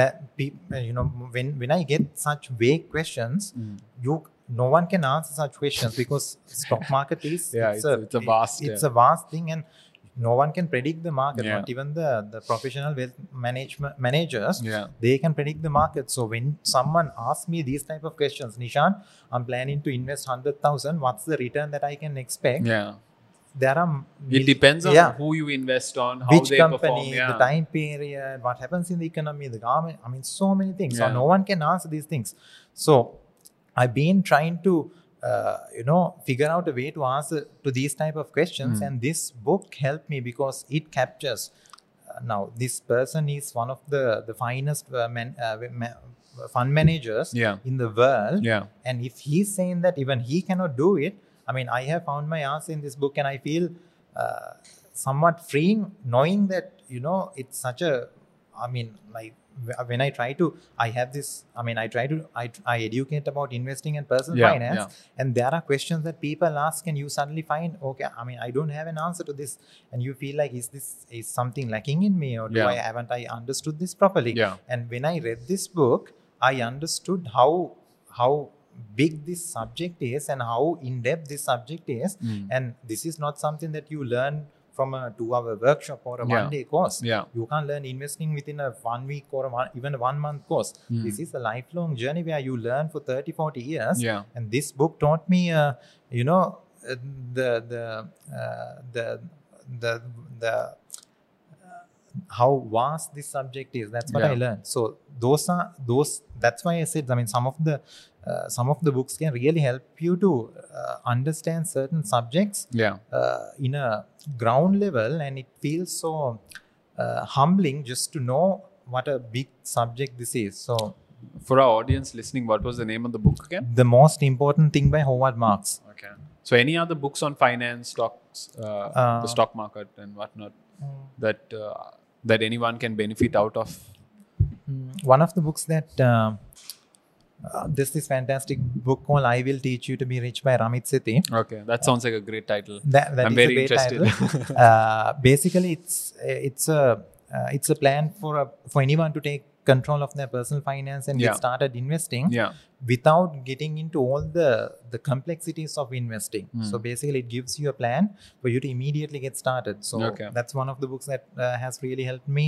Speaker 2: That pe- uh, you know when when I get such vague questions,
Speaker 1: Mm.
Speaker 2: you no one can answer such questions because stock market is
Speaker 1: Yeah, it's- it's a vast,
Speaker 2: it's a vast thing and no one can predict the market.
Speaker 1: Yeah.
Speaker 2: Not even the the professional wealth management managers.
Speaker 1: yeah.
Speaker 2: They can predict the market. So when someone asks me these type of questions, Nishan, I'm planning to invest hundred thousand. What's the return that I can expect?
Speaker 1: Yeah.
Speaker 2: There are
Speaker 1: It depends on
Speaker 2: yeah.
Speaker 1: who you invest on, how
Speaker 2: which
Speaker 1: they
Speaker 2: company,
Speaker 1: perform. Yeah.
Speaker 2: the time period, what happens in the economy, the government. I mean, so many things.
Speaker 1: Yeah.
Speaker 2: So no one can answer these things. So I've been trying to, uh, you know, figure out a way to answer to these type of questions,
Speaker 1: Mm.
Speaker 2: and this book helped me because it captures. Uh, now this person is one of the the finest uh, man, uh, ma- fund managers
Speaker 1: Yeah.
Speaker 2: in the world,
Speaker 1: Yeah.
Speaker 2: and if he's saying that even he cannot do it, I mean, I have found my answer in this book, and I feel uh, somewhat freeing knowing that, you know, it's such a, I mean, like wh- when I try to, I have this, I mean, I try to, I, I educate about investing and personal
Speaker 1: Yeah,
Speaker 2: finance,
Speaker 1: yeah.
Speaker 2: and there are questions that people ask, and you suddenly find, okay, I mean, I don't have an answer to this, and you feel like, is this, is something lacking in me, or do
Speaker 1: Yeah.
Speaker 2: I, haven't I understood this properly?
Speaker 1: Yeah.
Speaker 2: and when i read this book i understood how how big this subject is and how in depth this subject is
Speaker 1: Mm.
Speaker 2: and this is not something that you learn from a two hour workshop or a
Speaker 1: Yeah.
Speaker 2: one day course
Speaker 1: Yeah.
Speaker 2: you can't learn investing within a one week or a one, even a one month course
Speaker 1: Mm.
Speaker 2: this is a lifelong journey where you learn for 30 40 years
Speaker 1: Yeah.
Speaker 2: and this book taught me uh, you know uh, the the uh, the the the uh, how vast this subject is that's what
Speaker 1: Yeah.
Speaker 2: i learned so those are those that's why i said i mean some of the uh, some of the books can really help you to uh, understand certain subjects
Speaker 1: Yeah.
Speaker 2: uh, in a ground level and it feels so uh, humbling just to know what a big subject this is so
Speaker 1: For our audience listening, what was the name of the book again?
Speaker 2: the most important thing by howard marks
Speaker 1: Okay. So any other books on finance, stocks, uh,
Speaker 2: Uh,
Speaker 1: the stock market, and whatnot that uh, that anyone can benefit out of?
Speaker 2: Mm, one of the books that um, uh, this this fantastic book called "I Will Teach You to Be Rich" by Ramit Sethi.
Speaker 1: Okay, that sounds like a great title.
Speaker 2: That, that
Speaker 1: I'm
Speaker 2: is
Speaker 1: very
Speaker 2: a great
Speaker 1: interested.
Speaker 2: Title. uh, basically, it's it's a uh, it's a plan for a, for anyone to take control of their personal finance and
Speaker 1: Yeah.
Speaker 2: get started investing
Speaker 1: Yeah.
Speaker 2: without getting into all the the complexities of investing
Speaker 1: Mm.
Speaker 2: so basically it gives you a plan for you to immediately get started so
Speaker 1: Okay.
Speaker 2: that's one of the books that uh, has really helped me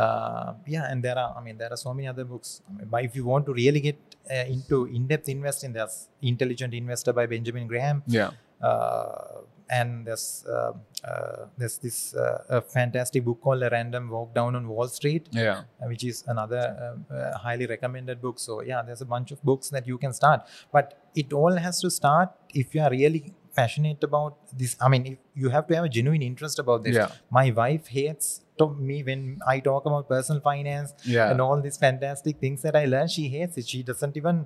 Speaker 2: uh, yeah and there are i mean there are so many other books I mean, but if you want to really get uh, into in-depth investing there's intelligent investor by benjamin graham
Speaker 1: Yeah.
Speaker 2: uh, and there's uh, uh, there's this uh, a fantastic book called A Random Walk Down on Wall Street,
Speaker 1: Yeah.
Speaker 2: uh, which is another um, uh, highly recommended book. So yeah, there's a bunch of books that you can start, but it all has to start if you are really passionate about this. I mean, if you have to have a genuine interest about this.
Speaker 1: Yeah.
Speaker 2: My wife hates to me when I talk about personal finance
Speaker 1: Yeah.
Speaker 2: and all these fantastic things that I learned. She hates it. She doesn't even.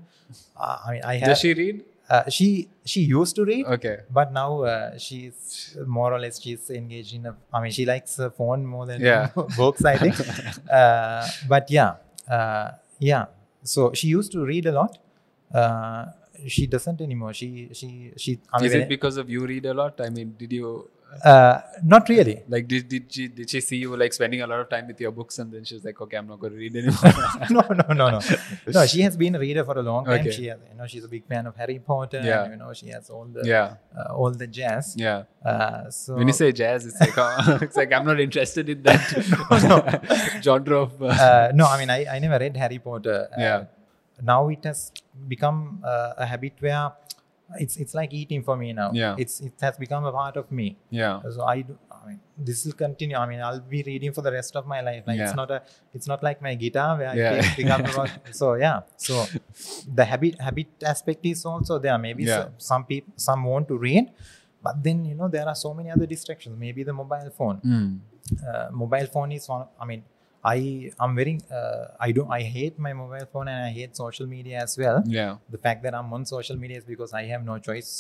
Speaker 2: Uh, I mean, I have.
Speaker 1: Does she Oh, read?
Speaker 2: uh, she she used to read
Speaker 1: Okay.
Speaker 2: but now uh, she's more or less she's engaged in a i mean she likes her phone more than
Speaker 1: Yeah.
Speaker 2: books i think uh, but yeah uh, yeah so she used to read a lot uh, she doesn't anymore she she she I mean,
Speaker 1: Is it because of you read a lot? I mean, did you
Speaker 2: uh, not really
Speaker 1: like did did she did she see you like spending a lot of time with your books and then she was like, okay, I'm not going to read anymore.
Speaker 2: no no no no no she has been a reader for a long time
Speaker 1: Okay.
Speaker 2: she has, you know she's a big fan of harry potter
Speaker 1: Yeah.
Speaker 2: and, you know she has all the
Speaker 1: yeah.
Speaker 2: uh, all the jazz
Speaker 1: Yeah.
Speaker 2: uh, so
Speaker 1: When you say jazz, it's like uh, it's like I'm not interested in that genre of. Oh, Uh,
Speaker 2: uh, no, I mean, I, I never read Harry Potter. Uh,
Speaker 1: Yeah.
Speaker 2: Now it has become uh, a habit where it's it's like eating for me now.
Speaker 1: Yeah.
Speaker 2: It's it has become a part of me.
Speaker 1: yeah.
Speaker 2: So I, do, I mean, this will continue. I mean, I'll be reading for the rest of my life. Like
Speaker 1: Yeah.
Speaker 2: it's not a, it's not like my guitar where
Speaker 1: Yeah.
Speaker 2: I pick, pick up about. So yeah. So the habit habit aspect is also there. Maybe
Speaker 1: Yeah.
Speaker 2: so- some people some want to read, but then you know there are so many other distractions. Maybe the mobile phone
Speaker 1: Mm.
Speaker 2: uh, mobile phone is one i mean i i'm very uh, i do i hate my mobile phone and i hate social media as well
Speaker 1: Yeah.
Speaker 2: the fact that i'm on social media is because i have no choice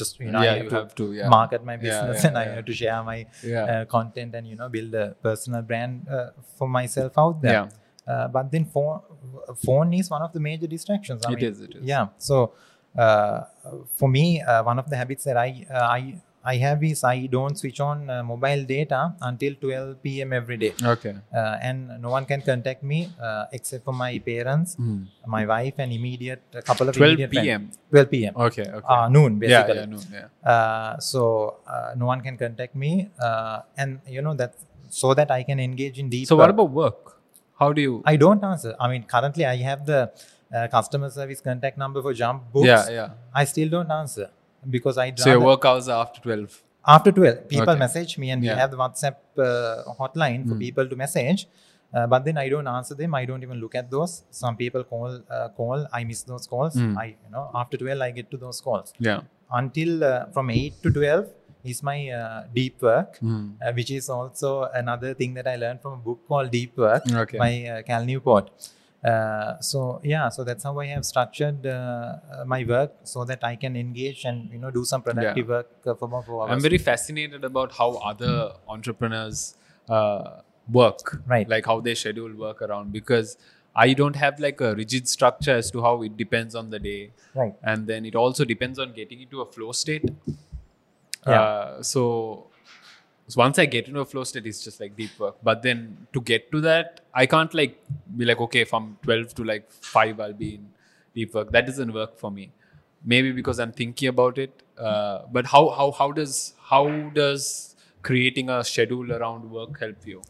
Speaker 2: just you know
Speaker 1: yeah,
Speaker 2: i have
Speaker 1: you
Speaker 2: to
Speaker 1: have to. Yeah.
Speaker 2: market my
Speaker 1: Yeah,
Speaker 2: business
Speaker 1: yeah,
Speaker 2: and i
Speaker 1: yeah.
Speaker 2: have to share my
Speaker 1: yeah.
Speaker 2: uh, content and you know build a personal brand uh, for myself out there
Speaker 1: yeah.
Speaker 2: uh, but then phone phone is one of the major distractions I
Speaker 1: It
Speaker 2: mean,
Speaker 1: is. It is.
Speaker 2: yeah so uh, for me uh, one of the habits that i uh, i i have is i don't switch on uh, mobile data until 12 pm every day
Speaker 1: Okay.
Speaker 2: uh, and no one can contact me uh, except for my parents
Speaker 1: Mm.
Speaker 2: my wife and immediate a couple of
Speaker 1: 12
Speaker 2: immediate friends.
Speaker 1: p.m.
Speaker 2: 12 pm
Speaker 1: Okay. Okay.
Speaker 2: uh, noon
Speaker 1: yeah.
Speaker 2: basically
Speaker 1: Yeah. No, yeah.
Speaker 2: uh, so uh, no one can contact me uh, and you know that so that i can engage in deep
Speaker 1: So what about work? How do you?
Speaker 2: i don't answer i mean currently i have the uh, customer service contact number for jump books
Speaker 1: yeah. Yeah.
Speaker 2: I still don't answer because I
Speaker 1: So your
Speaker 2: rather-
Speaker 1: work hours are after 12.
Speaker 2: after 12 people
Speaker 1: Okay.
Speaker 2: message me and
Speaker 1: Yeah.
Speaker 2: we have the WhatsApp uh, hotline for
Speaker 1: Mm.
Speaker 2: people to message uh, but then I don't answer them I don't even look at those some people call uh, call I miss those calls
Speaker 1: Mm.
Speaker 2: I you know after 12 I get to those calls
Speaker 1: Yeah.
Speaker 2: until uh, from 8 to 12 is my uh, deep work
Speaker 1: Mm.
Speaker 2: uh, which is also another thing that I learned from a book called Deep Work
Speaker 1: Okay.
Speaker 2: by uh, Cal Newport. Uh, so yeah, so that's how I have structured uh, uh, my work so that I can engage and you know do some productive work uh, for more four hours.
Speaker 1: I'm very fascinated about how other entrepreneurs uh, work,
Speaker 2: Right.
Speaker 1: Like how they schedule work around because I don't have like a rigid structure as to how it depends on the day,
Speaker 2: right.
Speaker 1: and then it also depends on getting into a flow state.
Speaker 2: Yeah.
Speaker 1: Uh, so, so once I get into a flow state, it's just like deep work. But then to get to that, I can't like be like okay from twelve to like five, I'll be in deep work. That doesn't work for me. Maybe because I'm thinking about it. Uh, but how how how does how does creating a schedule around work help you?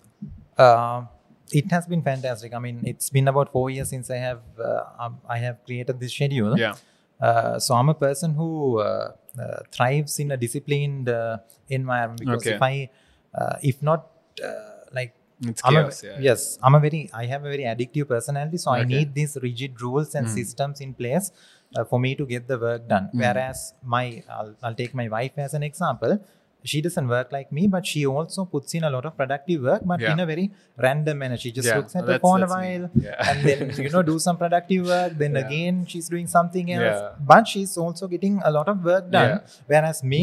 Speaker 2: Uh, it has been fantastic. I mean, it's been about four years since I have uh, um, I have created this schedule.
Speaker 1: Yeah.
Speaker 2: Uh, so I'm a person who uh, uh, thrives in a disciplined uh, environment because
Speaker 1: Okay.
Speaker 2: if I uh, if not uh, like
Speaker 1: It's
Speaker 2: I'm a-
Speaker 1: chaos. yeah.
Speaker 2: Yes, I'm a very I have a very addictive personality, so I
Speaker 1: Okay.
Speaker 2: need these rigid rules and
Speaker 1: Mm.
Speaker 2: systems in place uh, for me to get the work done.
Speaker 1: Mm.
Speaker 2: Whereas my I'll, I'll take my wife as an example. She doesn't work like me, but she also puts in a lot of productive work, but
Speaker 1: Yeah.
Speaker 2: in a very random manner. She just
Speaker 1: Yeah.
Speaker 2: looks at
Speaker 1: That's-
Speaker 2: the phone a
Speaker 1: that's me.
Speaker 2: while,
Speaker 1: Yeah.
Speaker 2: and then you know do some productive work. Then
Speaker 1: Yeah.
Speaker 2: again, she's doing something else,
Speaker 1: Yeah.
Speaker 2: but she's also getting a lot of work done.
Speaker 1: Yeah.
Speaker 2: Whereas me,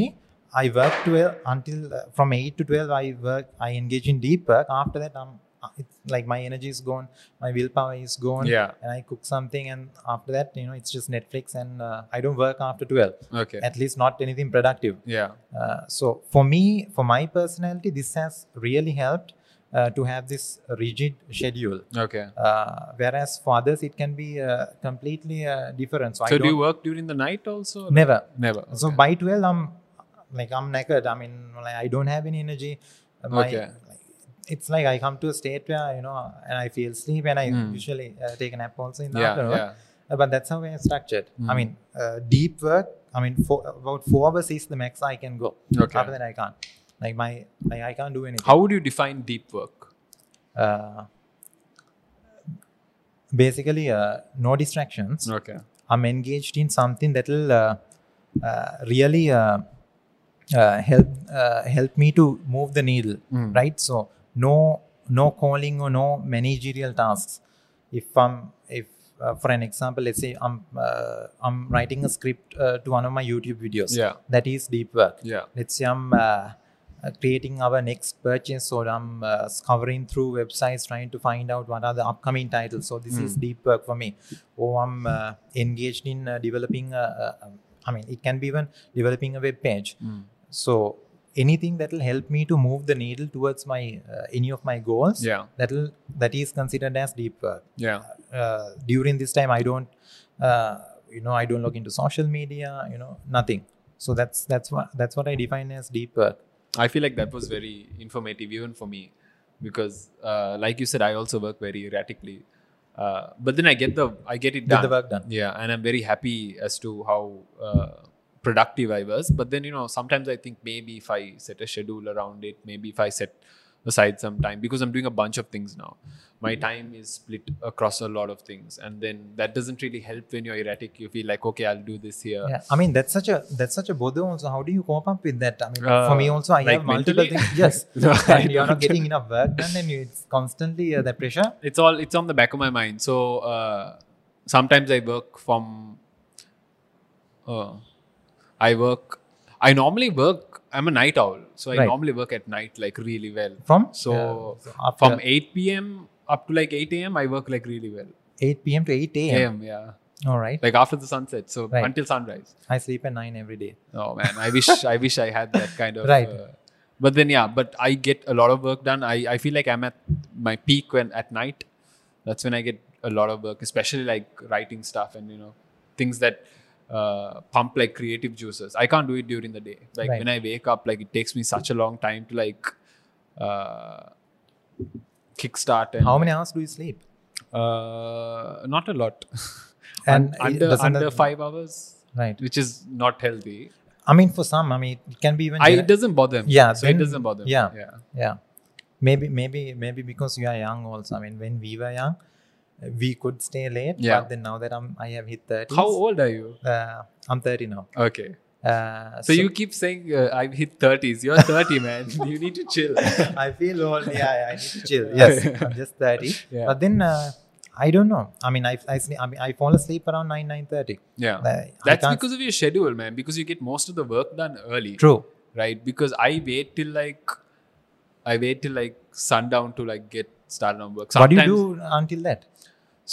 Speaker 2: I work 12 until uh, from 8 to 12, I work, I engage in deep work. After that, I'm uh, it's like my energy is gone, my willpower is gone,
Speaker 1: Yeah.
Speaker 2: and I cook something. And after that, you know, it's just Netflix, and uh, I don't work after 12,
Speaker 1: Okay.
Speaker 2: at least not anything productive.
Speaker 1: Yeah.
Speaker 2: Uh, so for me, for my personality, this has really helped uh, to have this rigid schedule.
Speaker 1: Okay.
Speaker 2: Uh, whereas for others, it can be uh, completely uh, different. So, I
Speaker 1: So do
Speaker 2: don't-
Speaker 1: you work during the night also?
Speaker 2: never
Speaker 1: Never.
Speaker 2: so
Speaker 1: okay.
Speaker 2: by 12 i'm like i'm knackered i mean like, i don't have any energy My-
Speaker 1: Okay.
Speaker 2: like, it's like i come to a state where you know and i feel sleep and i
Speaker 1: Mm.
Speaker 2: usually uh, take a nap also in the
Speaker 1: yeah.
Speaker 2: afternoon
Speaker 1: Yeah.
Speaker 2: Uh, but that's how i am structured i
Speaker 1: Mm.
Speaker 2: mean uh, deep work I mean, four, about four hours is the max I can go.
Speaker 1: Okay.
Speaker 2: After that, I can't. Like my, like I can't do anything.
Speaker 1: How would you define deep work?
Speaker 2: Uh, basically, uh, no distractions.
Speaker 1: Okay.
Speaker 2: I'm engaged in something that'll uh, uh, really uh, uh, help uh, help me to move the needle,
Speaker 1: Mm.
Speaker 2: right? So no no calling or no managerial tasks. If I'm if uh, for an example, let's say I'm uh, I'm writing a script uh, to one of my YouTube videos.
Speaker 1: Yeah.
Speaker 2: that is deep work.
Speaker 1: Yeah.
Speaker 2: Let's say I'm uh, uh, creating our next purchase, or I'm uh, scouring through websites trying to find out what are the upcoming titles. So this is deep work for me. Or I'm uh, engaged in uh, developing. A, a, a, I mean, it can be even developing a web page.
Speaker 1: Mm.
Speaker 2: So anything that will help me to move the needle towards my uh, any of my goals.
Speaker 1: Yeah.
Speaker 2: That'll that is considered as deep work
Speaker 1: Yeah.
Speaker 2: uh, during this time i don't uh, you know i don't log into social media you know nothing so that's that's what that's what i define as deep work
Speaker 1: I feel like that was very informative even for me because, uh, like you said, I also work very erratically. Uh, but then I get the I get it
Speaker 2: Get
Speaker 1: done.
Speaker 2: the work done.
Speaker 1: Yeah, and I'm very happy as to how uh, productive I was. But then you know sometimes I think maybe if I set a schedule around it, maybe if I set aside some time because I'm doing a bunch of things now.
Speaker 2: Mm-hmm.
Speaker 1: My time is split across a lot of things, and then that doesn't really help when you're erratic. You feel like okay, I'll do this here.
Speaker 2: yeah i mean that's such a that's such a bother also how do you cope up with that i mean
Speaker 1: Uh,
Speaker 2: for me also i
Speaker 1: like
Speaker 2: have multiple
Speaker 1: mentally?
Speaker 2: things yes
Speaker 1: No, I
Speaker 2: and you're not
Speaker 1: don't.
Speaker 2: getting enough work done and you, it's constantly uh, that pressure
Speaker 1: it's all it's on the back of my mind so uh, sometimes i work from uh, i work i normally work i'm a night owl so i
Speaker 2: Right.
Speaker 1: normally work at night like really well
Speaker 2: from
Speaker 1: so,
Speaker 2: uh, so after
Speaker 1: from 8 p.m up to like 8 a.m i work like really well
Speaker 2: 8 p.m to 8 a.m
Speaker 1: am yeah
Speaker 2: all right
Speaker 1: like after the sunset so
Speaker 2: Right.
Speaker 1: until sunrise
Speaker 2: i sleep at 9 every day
Speaker 1: oh man i wish i wish i had that kind of
Speaker 2: Right.
Speaker 1: uh, but then yeah but i get a lot of work done i i feel like i'm at my peak when at night that's when i get a lot of work especially like writing stuff and you know things that uh, pump like creative juices i can't do it during the day like
Speaker 2: Right.
Speaker 1: when i wake up like it takes me such a long time to like uh kickstart and
Speaker 2: how many hours do you sleep
Speaker 1: uh not a lot
Speaker 2: And
Speaker 1: and
Speaker 2: it
Speaker 1: under
Speaker 2: doesn't
Speaker 1: under
Speaker 2: that-
Speaker 1: 5 hours
Speaker 2: right
Speaker 1: which is not healthy
Speaker 2: i mean for some i mean it can be even
Speaker 1: I,
Speaker 2: gener-
Speaker 1: it doesn't bother me.
Speaker 2: Yeah,
Speaker 1: so
Speaker 2: then-
Speaker 1: it doesn't bother me.
Speaker 2: yeah.
Speaker 1: yeah,
Speaker 2: yeah maybe maybe maybe because you are young also i mean when we were young uh, we could stay late
Speaker 1: Yeah.
Speaker 2: but then now that i'm i have hit 30
Speaker 1: How old are you?
Speaker 2: uh, i'm 30 now
Speaker 1: Okay,
Speaker 2: uh,
Speaker 1: so, you keep saying uh, I've hit thirties. You're thirty, man. You need to chill.
Speaker 2: i feel old yeah i need to chill yes i'm just 30
Speaker 1: Yeah.
Speaker 2: but then uh, i don't know i mean i i, sne- I, mean, I fall asleep around 9 9 30
Speaker 1: Yeah,
Speaker 2: I
Speaker 1: that's
Speaker 2: can't-
Speaker 1: because of your schedule, man. Because you get most of the work done early,
Speaker 2: true
Speaker 1: right? Because I wait till like, I wait till like sundown to like get started on work.
Speaker 2: what do you
Speaker 1: Sometimes-
Speaker 2: do until that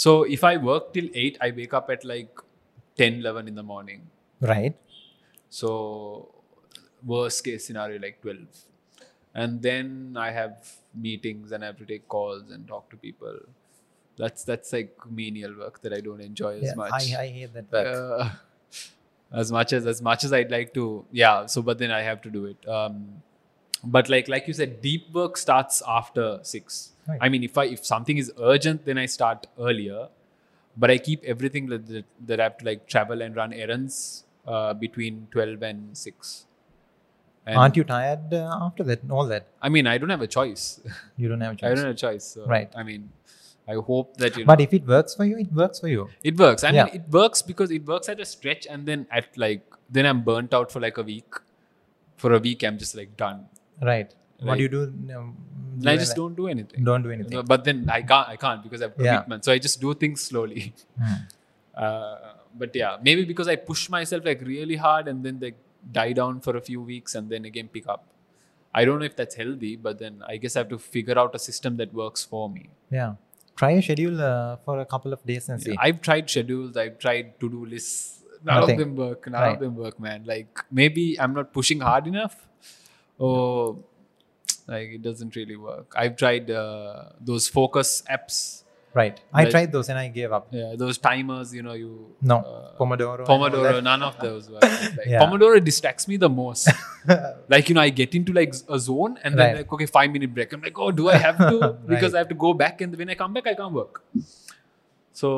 Speaker 1: So if I work till eight, I wake up at like 10, 11 in the morning.
Speaker 2: right
Speaker 1: So worst case scenario like 12. And then I have meetings and I have to take calls and talk to people. That's that's like menial work that I don't enjoy as
Speaker 2: yeah,
Speaker 1: much.
Speaker 2: I, I hate that work
Speaker 1: Uh, as much as as much as I'd like to, yeah. So, but then I have to do it. Um, but like like you said, deep work starts after six.
Speaker 2: Right.
Speaker 1: I mean, if I if something is urgent, then I start earlier. But I keep everything that that, that I have to like travel and run errands uh, between twelve and six. And
Speaker 2: aren't you tired uh, after that all that
Speaker 1: I mean, I don't have a choice.
Speaker 2: you don't have a
Speaker 1: I
Speaker 2: choice
Speaker 1: don't have a choice. So,
Speaker 2: Right.
Speaker 1: I mean, I hope that you. know-
Speaker 2: but if it works for you it works for you
Speaker 1: It works. I mean,
Speaker 2: Yeah.
Speaker 1: it works because it works at a stretch, and then at like then I'm burnt out for like a week. For a week, I'm just like done.
Speaker 2: Right. What
Speaker 1: Right.
Speaker 2: do you do? No,
Speaker 1: And I just don't do anything.
Speaker 2: Don't do anything.
Speaker 1: No, But then I can't. I can't because I have
Speaker 2: Yeah.
Speaker 1: commitment. So I just do things slowly.
Speaker 2: Mm.
Speaker 1: Uh, but yeah, maybe because I push myself like really hard, and then they die down for a few weeks, and then again pick up. I don't know if that's healthy, but then I guess I have to figure out a system that works for me.
Speaker 2: Yeah. Try a schedule uh, for a couple of days and see.
Speaker 1: I've tried schedules, I've tried to do lists. None
Speaker 2: Nothing.
Speaker 1: of them work. None
Speaker 2: Right.
Speaker 1: of them work, man. Like maybe I'm not pushing hard enough, or like it doesn't really work. I've tried uh, those focus apps,
Speaker 2: right. I
Speaker 1: Like-
Speaker 2: tried those and I gave up.
Speaker 1: yeah, those timers. You know, you
Speaker 2: No.
Speaker 1: uh,
Speaker 2: Pomodoro. and all
Speaker 1: Pomodoro.
Speaker 2: that.
Speaker 1: None of those work. Like,
Speaker 2: Yeah.
Speaker 1: Pomodoro distracts me the most. like you know, I get into like a zone, and then
Speaker 2: Right.
Speaker 1: like okay, five minute break. I'm like, oh, do I have to? Because
Speaker 2: Right.
Speaker 1: I have to go back, and when I come back, I can't work. So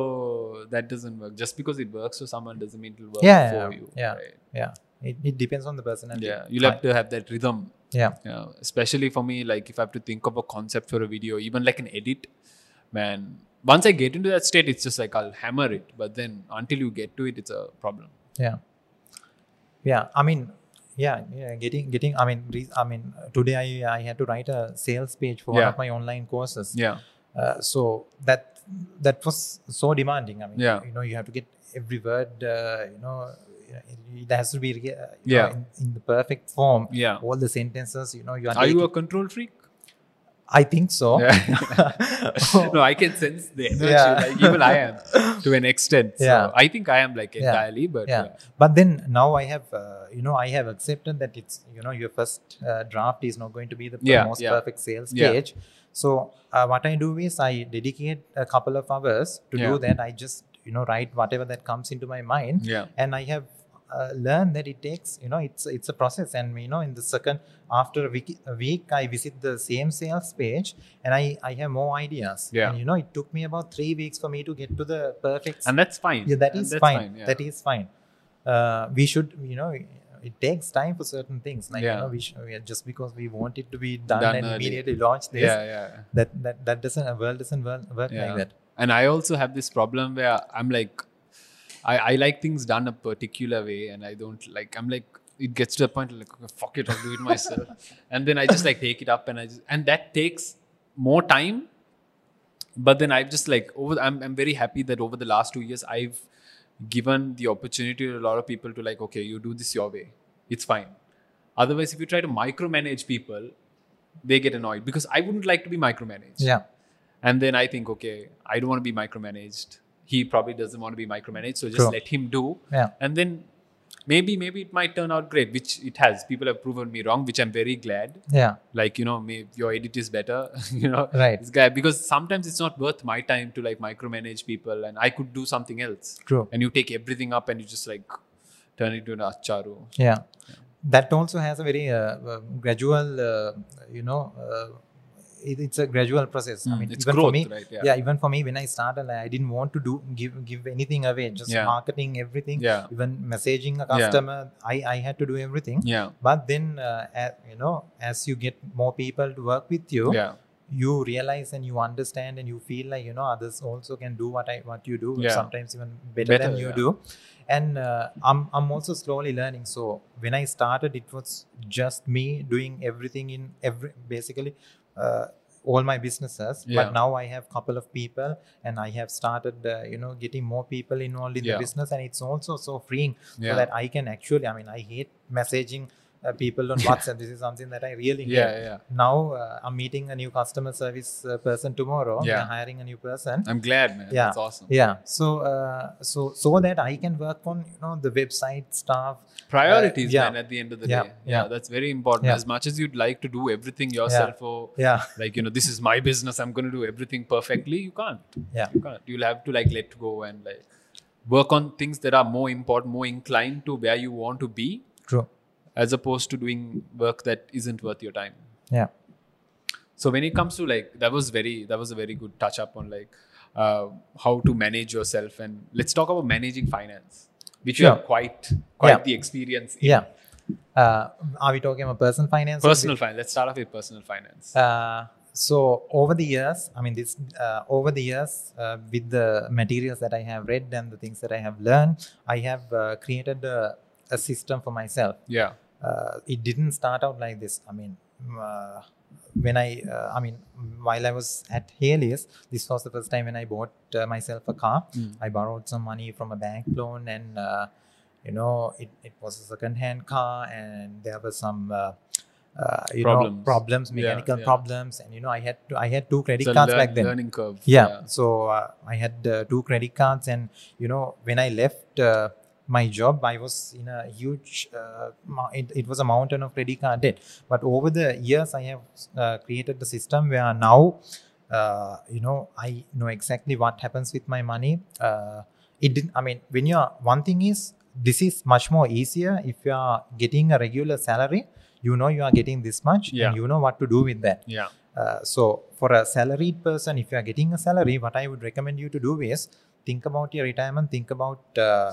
Speaker 1: that doesn't work. Just because it works for someone doesn't mean it'll work
Speaker 2: Yeah,
Speaker 1: for
Speaker 2: yeah,
Speaker 1: you.
Speaker 2: yeah.
Speaker 1: Right?
Speaker 2: yeah it, it depends on the personality
Speaker 1: Yeah. You'll have to have that rhythm.
Speaker 2: yeah
Speaker 1: You know, especially for me, like if I have to think of a concept for a video, even like an edit, man. Once I get into that state, it's just like I'll hammer it. But then until you get to it, it's a problem.
Speaker 2: yeah yeah i mean yeah, yeah getting getting i mean re- i mean today i i had to write a sales page for one
Speaker 1: Yeah.
Speaker 2: of my online courses
Speaker 1: Yeah.
Speaker 2: uh, so that that was so demanding i mean
Speaker 1: Yeah.
Speaker 2: you know you have to get every word uh, you know it has to be re- uh, you
Speaker 1: Yeah.
Speaker 2: know, in, in the perfect form
Speaker 1: Yeah.
Speaker 2: all the sentences you know you Oh. are,
Speaker 1: Are you
Speaker 2: taking-
Speaker 1: a control freak?
Speaker 2: i think so
Speaker 1: no, I can sense the energy.
Speaker 2: Yeah.
Speaker 1: Like even I am to an extent. So
Speaker 2: Yeah.
Speaker 1: I think I am like
Speaker 2: Yeah.
Speaker 1: entirely, but uh,
Speaker 2: yeah. but then now i have uh, you know i have accepted that it's you know your first uh, draft is not going to be the
Speaker 1: Yeah,
Speaker 2: most
Speaker 1: yeah.
Speaker 2: perfect sales
Speaker 1: Yeah.
Speaker 2: page so uh, what i do is i dedicate a couple of hours to do
Speaker 1: Yeah.
Speaker 2: that i just you know write whatever that comes into my mind
Speaker 1: yeah.
Speaker 2: and i have uh, learned that it takes you know it's it's a process and you know in the second after a week, a week i visit the same sales page and i i have more ideas
Speaker 1: Yeah.
Speaker 2: and you know it took me about three weeks for me to get to the perfect
Speaker 1: And that's fine.
Speaker 2: yeah that
Speaker 1: And
Speaker 2: is
Speaker 1: that's
Speaker 2: fine,
Speaker 1: yeah.
Speaker 2: that is fine uh, we should you know it takes time for certain things like
Speaker 1: Yeah.
Speaker 2: you know we, sh- we are just because we want it to be done,
Speaker 1: Done
Speaker 2: and
Speaker 1: early.
Speaker 2: immediately launch this
Speaker 1: yeah, yeah.
Speaker 2: that, that that doesn't a world doesn't work, work like
Speaker 1: Yeah.
Speaker 2: that
Speaker 1: And I also have this problem where I'm like, I, I like things done a particular way, and I don't like. I'm like, it gets to the point like, okay, fuck it, I'll do it myself, and then I just like take it up, and I just and that takes more time. But then I've just like over. I'm I'm very happy that over the last two years I've given the opportunity to a lot of people to like, okay, you do this your way, it's fine. Otherwise, if you try to micromanage people, they get annoyed because I wouldn't like to be micromanaged.
Speaker 2: yeah
Speaker 1: And then I think, okay, I don't want to be micromanaged. He probably doesn't want to be micromanaged, so just
Speaker 2: True.
Speaker 1: let him do.
Speaker 2: Yeah.
Speaker 1: And then maybe maybe it might turn out great, which it has. People have proven me wrong, which I'm very glad.
Speaker 2: yeah
Speaker 1: Like you know, may, your edit is better. you know,
Speaker 2: Right.
Speaker 1: This guy because sometimes it's not worth my time to like micromanage people, and I could do something else.
Speaker 2: true
Speaker 1: And you take everything up and you just like turn it into an acharu.
Speaker 2: yeah that also has a very uh, uh, gradual uh, you know uh, it, it's a gradual process i mean
Speaker 1: Mm, it's
Speaker 2: even
Speaker 1: growth,
Speaker 2: for me
Speaker 1: right?
Speaker 2: yeah. even for me when i started i didn't want to do give give anything away just
Speaker 1: Yeah.
Speaker 2: marketing everything
Speaker 1: Yeah.
Speaker 2: even messaging a
Speaker 1: Yeah.
Speaker 2: customer i i had to do everything
Speaker 1: Yeah.
Speaker 2: but then uh, a- you know as you get more people to work with you
Speaker 1: Yeah.
Speaker 2: you realize and you understand and you feel like you know others also can do what i what you do
Speaker 1: Yeah.
Speaker 2: sometimes even better,
Speaker 1: Better,
Speaker 2: than you
Speaker 1: yeah.
Speaker 2: do and uh, i'm i'm also slowly learning so when i started it was just me doing everything in every basically uh, all my businesses
Speaker 1: Yeah.
Speaker 2: but now i have couple of people and i have started uh, you know getting more people involved in the
Speaker 1: Yeah.
Speaker 2: business and it's also so freeing
Speaker 1: Yeah.
Speaker 2: so that i can actually i mean i hate messaging uh, people on whatsapp this is something that i really hate
Speaker 1: yeah. Yeah.
Speaker 2: now uh, I'm meeting a new customer service uh, person tomorrow.
Speaker 1: Yeah.
Speaker 2: We're hiring a new person.
Speaker 1: I'm glad, man.
Speaker 2: Yeah.
Speaker 1: That's awesome.
Speaker 2: Yeah. So uh, so so that I can work on you know the website stuff.
Speaker 1: priorities
Speaker 2: Uh, yeah.
Speaker 1: man at the end of the
Speaker 2: Yeah,
Speaker 1: day yeah,
Speaker 2: yeah.
Speaker 1: that's very important
Speaker 2: Yeah.
Speaker 1: as much as you'd like to do everything yourself or
Speaker 2: Yeah.
Speaker 1: like you know this is my business i'm going to do everything perfectly you can't
Speaker 2: Yeah.
Speaker 1: you can't you'll have to like let go and like work on things that are more important more inclined to where you want to be
Speaker 2: True.
Speaker 1: as opposed to doing work that isn't worth your time
Speaker 2: Yeah.
Speaker 1: so when it comes to like that was very that was a very good touch up on like uh, how to manage yourself and let's talk about managing finance which you
Speaker 2: Sure.
Speaker 1: have quite quite
Speaker 2: Yeah.
Speaker 1: the experience in.
Speaker 2: Yeah. Uh, are we talking about personal finance? or
Speaker 1: personal finance let's start off with personal finance
Speaker 2: Uh, so over the years, I mean, this uh, over the years, uh, with the materials that I have read and the things that I have learned, I have uh, created a, a system for myself.
Speaker 1: yeah
Speaker 2: uh, it didn't start out like this. I mean, mm, uh, when I, uh, I mean, while I was at Helios, this was the first time when I bought uh, myself a car.
Speaker 1: Mm.
Speaker 2: I borrowed some money from a bank loan, and uh, you know, it, it was a second-hand car, and there were some. Uh, uh, you know
Speaker 1: Problems.
Speaker 2: problems
Speaker 1: Yeah,
Speaker 2: mechanical
Speaker 1: yeah.
Speaker 2: problems and you know i had to, i had two credit
Speaker 1: It's a
Speaker 2: cards
Speaker 1: learn-
Speaker 2: back then
Speaker 1: learning curve
Speaker 2: yeah, so uh, i had uh, two credit cards and you know when i left uh, my job i was in a huge uh, mou- it, it was a mountain of credit card debt but over the years i have uh, created the system where now uh, you know i know exactly what happens with my money uh, it didn't i mean when you're one thing is this is much more easier if you are getting a regular salary you know you are getting this much
Speaker 1: Yeah.
Speaker 2: and you know what to do with that
Speaker 1: yeah
Speaker 2: Uh, so for a salaried person, if you are getting a salary, what I would recommend you to do is think about your retirement, think about uh,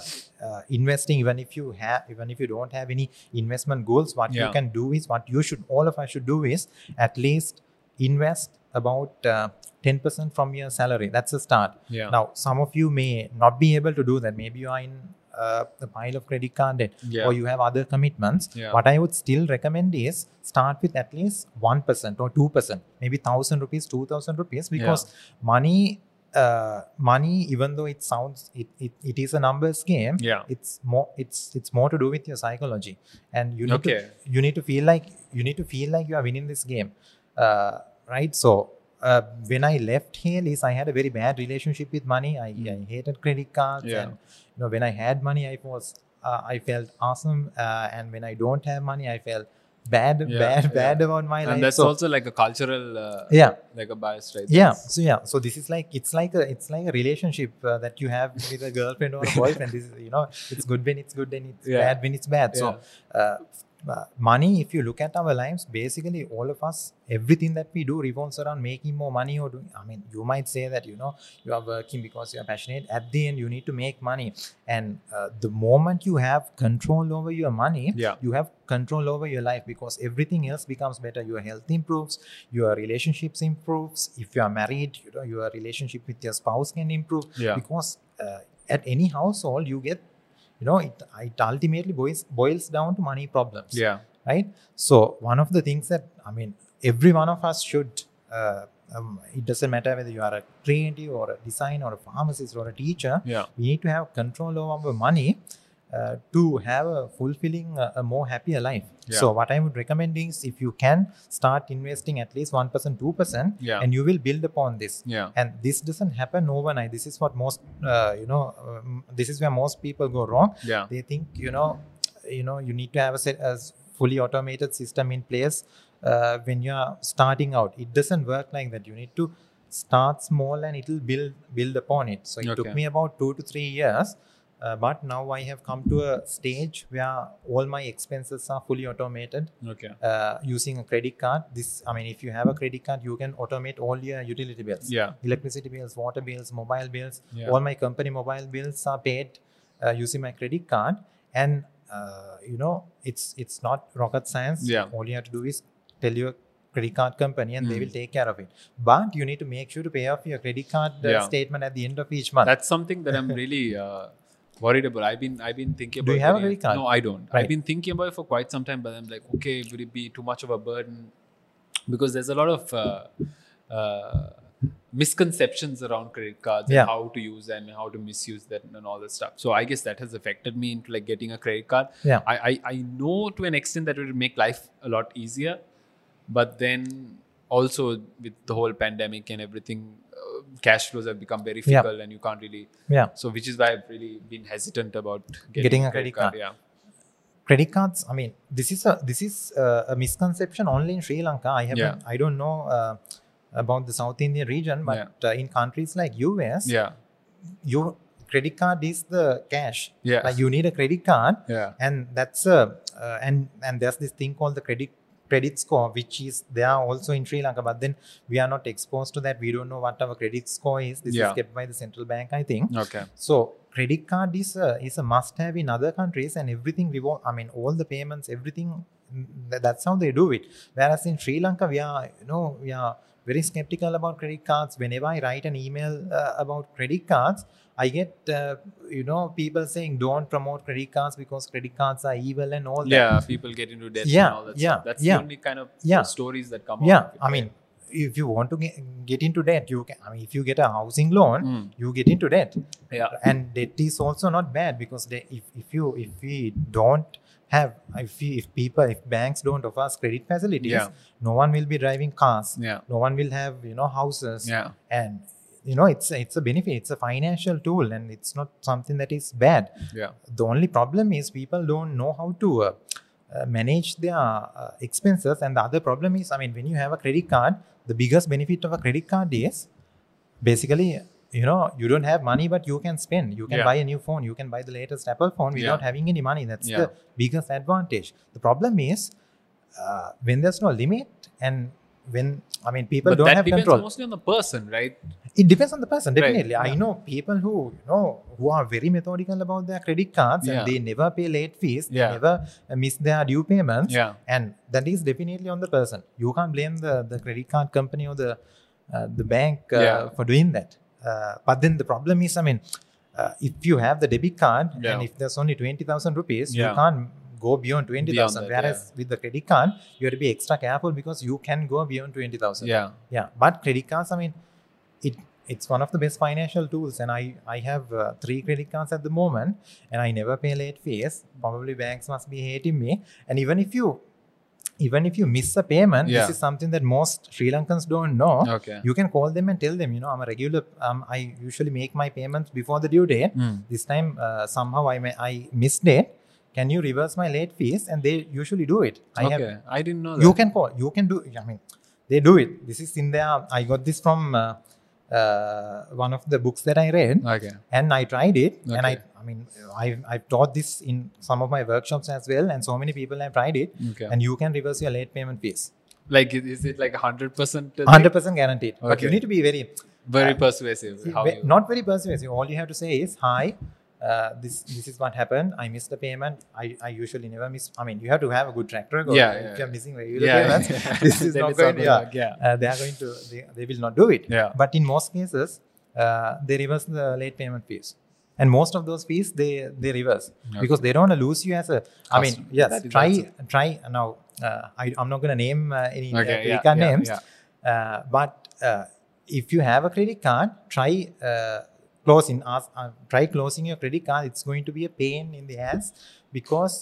Speaker 2: uh, investing. Even if you have, even if you don't have any investment goals, what
Speaker 1: Yeah.
Speaker 2: you can do is what you should, all of us should do is at least invest about uh, 10% from your salary. That's a start.
Speaker 1: Yeah.
Speaker 2: Now, some of you may not be able to do that. Maybe you are in uh, a pile of credit card debt
Speaker 1: yeah.
Speaker 2: or you have other commitments.
Speaker 1: Yeah.
Speaker 2: What I would still recommend is start with at least 1% or 2%, maybe 1000 rupees, 2000 rupees, because money, uh, money, even though it sounds, it, it, it is a numbers game.
Speaker 1: yeah.
Speaker 2: It's more, it's it's more to do with your psychology, and you need to
Speaker 1: Okay.
Speaker 2: you need to feel like you need to feel like you are winning this game uh, right so uh, when i left Halis, i had a very bad relationship with money i,
Speaker 1: Mm.
Speaker 2: I hated credit cards
Speaker 1: Yeah.
Speaker 2: and you know when i had money i was uh, i felt awesome uh, and when i don't have money i felt bad
Speaker 1: Yeah,
Speaker 2: bad
Speaker 1: yeah.
Speaker 2: bad about my life
Speaker 1: and that's
Speaker 2: so,
Speaker 1: also like a cultural, uh,
Speaker 2: yeah
Speaker 1: like a bias, right?
Speaker 2: yeah so yeah so this is like it's like a it's like a relationship uh, that you have with a girlfriend or a boyfriend this is, you know it's good when it's good and it's
Speaker 1: Yeah.
Speaker 2: bad when it's bad so uh, uh, money if you look at our lives basically all of us everything that we do revolves around making more money or doing i mean you might say that you know you are working because you are passionate at the end you need to make money and uh, the moment you have control over your money
Speaker 1: Yeah.
Speaker 2: you have control over your life because everything else becomes better your health improves your relationships improves if you are married you know your relationship with your spouse can improve
Speaker 1: Yeah.
Speaker 2: because uh, at any household you get you know it, it ultimately boils boils down to money problems
Speaker 1: Yeah.
Speaker 2: right so one of the things that i mean every one of us should uh, um, it doesn't matter whether you are a creative or a designer or a pharmacist or a teacher
Speaker 1: Yeah.
Speaker 2: we need to have control over our money uh, to have a fulfilling uh, a more happier life
Speaker 1: Yeah.
Speaker 2: so what i would recommend is if you can start investing at least 1% 2%
Speaker 1: Yeah.
Speaker 2: and you will build upon this
Speaker 1: Yeah.
Speaker 2: and this doesn't happen overnight this is what most uh, you know um, this is where most people go wrong
Speaker 1: Yeah.
Speaker 2: they think you know you know you need to have a, set, a fully automated system in place uh, when you are starting out it doesn't work like that you need to start small and it'll build build upon it so it took
Speaker 1: Okay.
Speaker 2: me about two to three years uh, but now i have come to a stage where all my expenses are fully automated
Speaker 1: Okay.
Speaker 2: uh, using a credit card this i mean if you have a credit card you can automate all your utility bills
Speaker 1: Yeah.
Speaker 2: electricity bills, water bills, mobile bills.
Speaker 1: Yeah.
Speaker 2: All my company mobile bills are paid uh, using my credit card, and uh, you know it's it's not rocket science.
Speaker 1: Yeah.
Speaker 2: All you have to do is tell your credit card company, and they
Speaker 1: Mm.
Speaker 2: will take care of it. But you need to make sure to pay off your credit card uh,
Speaker 1: Yeah.
Speaker 2: statement at the end of each month.
Speaker 1: That's something that I'm really uh, worried about. I've been I've been thinking
Speaker 2: Do
Speaker 1: about.
Speaker 2: you have a
Speaker 1: getting-
Speaker 2: credit card?
Speaker 1: No, I don't. I've
Speaker 2: Right.
Speaker 1: been thinking about it for quite some time, but I'm like, okay, will it be too much of a burden? Because there's a lot of uh, uh, misconceptions around credit cards
Speaker 2: Yeah.
Speaker 1: and how to use and how to misuse that and all that stuff. So I guess that has affected me into like getting a credit card.
Speaker 2: Yeah.
Speaker 1: I I, I know to an extent that it will make life a lot easier, but then also with the whole pandemic and everything. uh, Cash flows have become very
Speaker 2: Yeah.
Speaker 1: fickle, and you can't really
Speaker 2: yeah.
Speaker 1: so, which is why I've really been hesitant about getting,
Speaker 2: Getting
Speaker 1: a
Speaker 2: a
Speaker 1: credit,
Speaker 2: credit
Speaker 1: card.
Speaker 2: card. credit cards i mean this is a this is uh, a misconception only in sri lanka i haven't i don't know uh, about the south indian region but uh, in countries like us
Speaker 1: Yeah.
Speaker 2: your credit card is the cash
Speaker 1: Yeah.
Speaker 2: like you need a credit card
Speaker 1: Yeah. Yeah.
Speaker 2: and that's a uh, and and there's this thing called the credit credit score which is there also in sri lanka but then we are not exposed to that we don't know what our credit score is this
Speaker 1: Yeah.
Speaker 2: is kept by the central bank i think
Speaker 1: Okay.
Speaker 2: so credit card is a, is a must have in other countries and everything revol- I mean all the payments everything mm, tha- that's how they do it whereas in Sri Lanka we are you know we are very skeptical about credit cards whenever I write an email uh, about credit cards I get uh, you know people saying don't promote credit cards because credit cards are evil and all that
Speaker 1: Yeah. People get into debt
Speaker 2: Yeah,
Speaker 1: and all that
Speaker 2: yeah,
Speaker 1: stuff. That's
Speaker 2: yeah.
Speaker 1: the only kind of
Speaker 2: Yeah.
Speaker 1: stories that come
Speaker 2: yeah
Speaker 1: out. of it,
Speaker 2: I mean if you want to get, get into debt you can I mean if you get a housing loan
Speaker 1: right? Mm.
Speaker 2: you get into debt
Speaker 1: Yeah.
Speaker 2: and debt is also not bad because they, if, if you if we don't have if we, if people if banks don't offer us credit facilities
Speaker 1: Yeah.
Speaker 2: no one will be driving cars
Speaker 1: Yeah.
Speaker 2: no one will have you know houses
Speaker 1: Yeah.
Speaker 2: and you know it's a- it's a benefit it's a financial tool and it's not something that is bad
Speaker 1: Yeah.
Speaker 2: the only problem is people don't know how to uh, uh, manage their uh, expenses and the other problem is i mean when you have a credit card the biggest benefit of a credit card is basically you know you don't have money but you can spend you can
Speaker 1: Yeah.
Speaker 2: buy a new phone you can buy the latest apple phone
Speaker 1: Yeah.
Speaker 2: without having any money that's
Speaker 1: Yeah.
Speaker 2: the biggest advantage the problem is uh, when there's no limit and when I mean people
Speaker 1: But
Speaker 2: don't
Speaker 1: that
Speaker 2: have
Speaker 1: depends
Speaker 2: control.
Speaker 1: mostly on the person, right?
Speaker 2: It depends on the person,
Speaker 1: Right.
Speaker 2: definitely. I
Speaker 1: Yeah.
Speaker 2: know people who you know who are very methodical about their credit cards
Speaker 1: Yeah.
Speaker 2: and they never pay late fees,
Speaker 1: Yeah.
Speaker 2: they never uh, miss their due payments,
Speaker 1: Yeah.
Speaker 2: and that is definitely on the person. You can't blame the, the credit card company or the uh, the bank uh,
Speaker 1: Yeah.
Speaker 2: for doing that. Uh, but then the problem is, I mean, uh, if you have the debit card
Speaker 1: Yeah.
Speaker 2: and if there's only twenty thousand rupees,
Speaker 1: Yeah.
Speaker 2: you can't go beyond twenty thousand.
Speaker 1: that,
Speaker 2: Whereas with the credit card, you have to be extra careful because you can go beyond twenty thousand.
Speaker 1: Yeah.
Speaker 2: Yeah, but credit cards, I mean, it it's one of the best financial tools, and I I have uh, three credit cards at the moment, and I never pay late fees. Probably banks must be hating me, and even if you even if you miss a payment,
Speaker 1: Yeah.
Speaker 2: this is something that most Sri Lankans don't know.
Speaker 1: Okay.
Speaker 2: You can call them and tell them, you know, I'm a regular. Um, I usually make my payments before the due date.
Speaker 1: Mm.
Speaker 2: This time, uh, somehow I may, I missed it. Can you reverse my late fees? And they usually do it. I have
Speaker 1: okay. I didn't know that.
Speaker 2: you can call you can do i mean they do it this is in their i got this from uh, uh, one of the books that i read
Speaker 1: Okay.
Speaker 2: and i tried it and i
Speaker 1: Okay.
Speaker 2: i mean I've, I've taught this in some of my workshops as well and so many people have tried it
Speaker 1: Okay.
Speaker 2: and you can reverse your late payment fees
Speaker 1: like, is- is it like 100%? thing?
Speaker 2: 100% guaranteed but you
Speaker 1: Okay.
Speaker 2: need to be very
Speaker 1: Very persuasive. How
Speaker 2: ve-
Speaker 1: you,
Speaker 2: not very persuasive all you have to say is hi uh, this this is what happened. I missed the payment. I, I usually never miss. I mean, you have to have a good track record.
Speaker 1: Yeah,
Speaker 2: if
Speaker 1: yeah,
Speaker 2: you're
Speaker 1: yeah.
Speaker 2: missing regular
Speaker 1: yeah.
Speaker 2: payments, this is
Speaker 1: Then
Speaker 2: not
Speaker 1: it's not
Speaker 2: going.
Speaker 1: gonna
Speaker 2: Yeah,
Speaker 1: work. yeah.
Speaker 2: uh, they are going to they, they will not do it
Speaker 1: Yeah.
Speaker 2: but in most cases uh, they reverse the late payment fees and most of those fees they they reverse because they don't want to lose you as a I mean
Speaker 1: Customer.
Speaker 2: yes
Speaker 1: That is
Speaker 2: try
Speaker 1: also-
Speaker 2: try now uh, I, i'm not going to name uh, any uh,
Speaker 1: Okay,
Speaker 2: credit
Speaker 1: yeah,
Speaker 2: card
Speaker 1: yeah,
Speaker 2: names
Speaker 1: yeah.
Speaker 2: Uh, but uh, if you have a credit card try uh, closing ask, uh, try closing your credit card it's going to be a pain in the ass because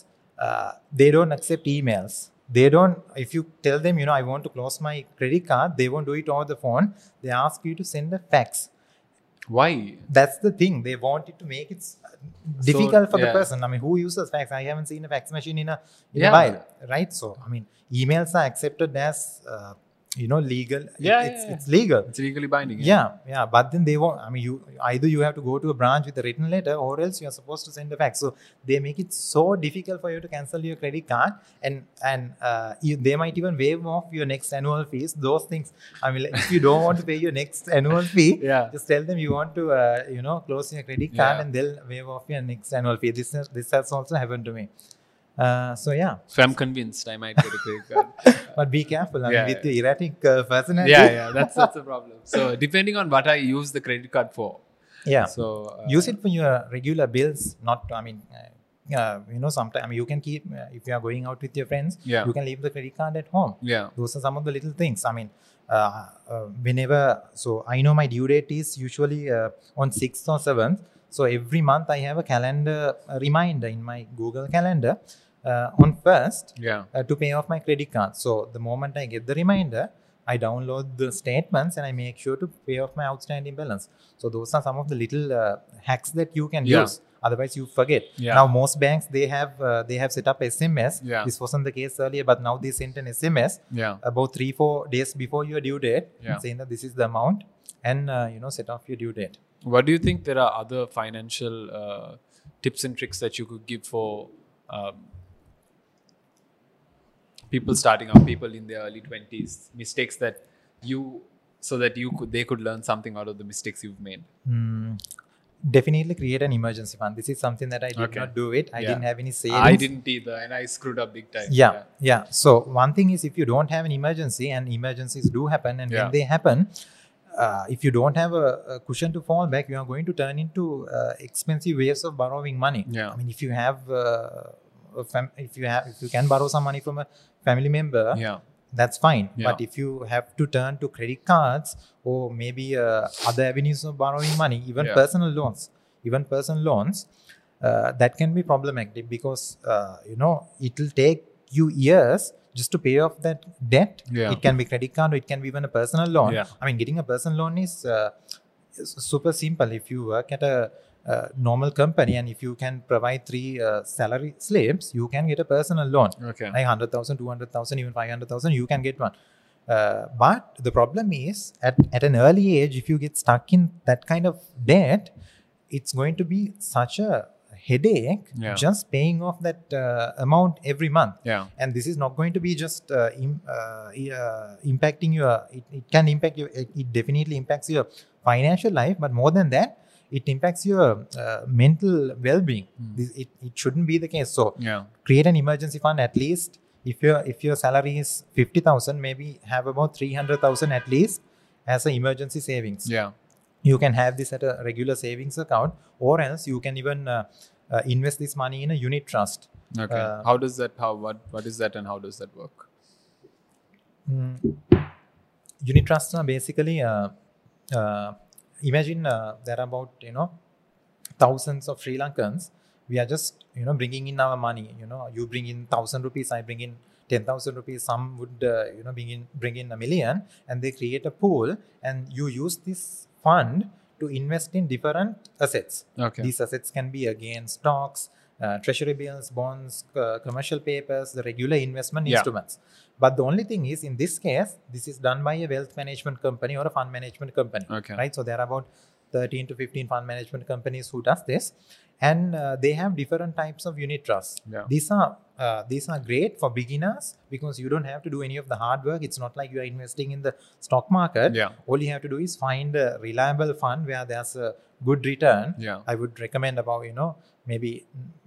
Speaker 2: uh, they don't accept emails they don't if you tell them you know i want to close my credit card they won't do it over the phone they ask you to send a fax
Speaker 1: Why?
Speaker 2: that's the thing they wanted to make it s- uh, difficult for the
Speaker 1: yeah.
Speaker 2: person i mean who uses fax i haven't seen a fax machine in a, in a
Speaker 1: Yeah.
Speaker 2: while right so i mean emails are accepted as uh, you know legal It-
Speaker 1: Yeah, yeah,
Speaker 2: it's,
Speaker 1: yeah.
Speaker 2: it's legal
Speaker 1: It's legally binding.
Speaker 2: yeah, yeah, but then they won't. I mean, you either you have to go to a branch with a written letter, or else you are supposed to send a fax. So they make it so difficult for you to cancel your credit card, and and uh, you, they might even waive off your next annual fees. Those things. I mean, like, if you don't want to pay your next annual fee,
Speaker 1: Yeah.
Speaker 2: just tell them you want to, uh, you know, close your credit card,
Speaker 1: Yeah.
Speaker 2: and they'll waive off your next annual fee. This has- this has also happened to me. Uh, so yeah,
Speaker 1: So I'm convinced I might get a credit card.
Speaker 2: but be careful. I
Speaker 1: Yeah,
Speaker 2: mean, with
Speaker 1: yeah.
Speaker 2: your erratic uh, personality.
Speaker 1: yeah, yeah. That's that's a problem. So depending on what I use the credit card for.
Speaker 2: yeah.
Speaker 1: So uh,
Speaker 2: use it for your regular bills not i mean uh, uh, you know sometimes I mean, you can keep uh, if you are going out with your friends
Speaker 1: Yeah.
Speaker 2: you can leave the credit card at home
Speaker 1: Yeah.
Speaker 2: those are some of the little things i mean uh, uh, whenever so i know my due date is usually uh, on 6th or 7th so every month i have a calendar a reminder in my google calendar uh, on 1st
Speaker 1: Yeah.
Speaker 2: uh, to pay off my credit card. So the moment I get the reminder, I download the statements and I make sure to pay off my outstanding balance. So those are some of the little uh, hacks that you can
Speaker 1: Yeah.
Speaker 2: use. Otherwise, you forget.
Speaker 1: Yeah.
Speaker 2: Now most banks they have uh, they have set up SMS.
Speaker 1: Yeah.
Speaker 2: This wasn't the case earlier, but now they send an SMS
Speaker 1: Yeah.
Speaker 2: about three four days before your due date,
Speaker 1: Yeah.
Speaker 2: saying that this is the amount, and uh, you know set off your due date.
Speaker 1: What do you think? There are other financial uh, tips and tricks that you could give for um, people starting out, people in their early twenties, mistakes that you so that you could they could learn something out of the mistakes you've made.
Speaker 2: Mm, Definitely create an emergency fund. This is something that I did
Speaker 1: Okay.
Speaker 2: not do it. I
Speaker 1: Yeah.
Speaker 2: didn't have any savings.
Speaker 1: I didn't either, and I screwed up big time.
Speaker 2: yeah, yeah so one thing is if you don't have an emergency and emergencies do happen and
Speaker 1: Yeah.
Speaker 2: when they happen uh, if you don't have a, a cushion to fall back you are going to turn into uh, expensive ways of borrowing money
Speaker 1: Yeah.
Speaker 2: i mean if you have uh, a fam- if you have if you can borrow some money from a family member
Speaker 1: Yeah.
Speaker 2: that's fine
Speaker 1: Yeah.
Speaker 2: but if you have to turn to credit cards or maybe uh, other avenues of borrowing money even
Speaker 1: Yeah.
Speaker 2: personal loans even personal loans uh, that can be problematic because uh, you know it'll take you years just to pay off that debt
Speaker 1: Yeah.
Speaker 2: it can be credit card or it can be even a personal loan
Speaker 1: Yeah.
Speaker 2: i mean getting a personal loan is uh, is super simple if you work at a uh, normal company and if you can provide three uh, salary slips you can get a personal loan
Speaker 1: Okay.
Speaker 2: like 100,000, 200,000, even 500,000, you can get one. Uh, but the problem is at, at an early age, if you get stuck in that kind of debt, it's going to be such a headache
Speaker 1: Yeah.
Speaker 2: just paying off that uh, amount every month.
Speaker 1: Yeah.
Speaker 2: And this is not going to be just uh, Im- uh, i- uh, impacting your, it, it can impact your, it, it definitely impacts your financial life, but more than that, it impacts your uh, mental well being.
Speaker 1: Mm.
Speaker 2: This It, it shouldn't be the case. So,
Speaker 1: Yeah.
Speaker 2: create an emergency fund at least if your if your salary is 50000 maybe have about 300000 at least as an emergency savings
Speaker 1: Yeah.
Speaker 2: you can have this at a regular savings account or else you can even uh, uh, invest this money in a unit trust
Speaker 1: Okay.
Speaker 2: Uh,
Speaker 1: how does that? How? What? What is that? And how does that work?
Speaker 2: Mm. unit trusts are basically uh, uh, imagine uh, there are about you know thousands of sri lankans we are just you know bringing in our money you know you bring in 1000 rupees i bring in 10000 rupees some would uh, you know bring in bring in a million and they create a pool and you use this fund to invest in different assets
Speaker 1: Okay.
Speaker 2: these assets can be again stocks, uh, treasury bills, bonds, uh, commercial papers, the regular investment
Speaker 1: Yeah.
Speaker 2: instruments. But the only thing is, in this case, this is done by a wealth management company or a fund management company,
Speaker 1: Okay.
Speaker 2: right? So there are about 13 to 15 fund management companies who does this, and uh, they have different types of unit trusts.
Speaker 1: Yeah.
Speaker 2: These are uh, these are great for beginners because you don't have to do any of the hard work. It's not like you are investing in the stock market.
Speaker 1: Yeah.
Speaker 2: All you have to do is find a reliable fund where there's a good return.
Speaker 1: Yeah.
Speaker 2: I would recommend about you know maybe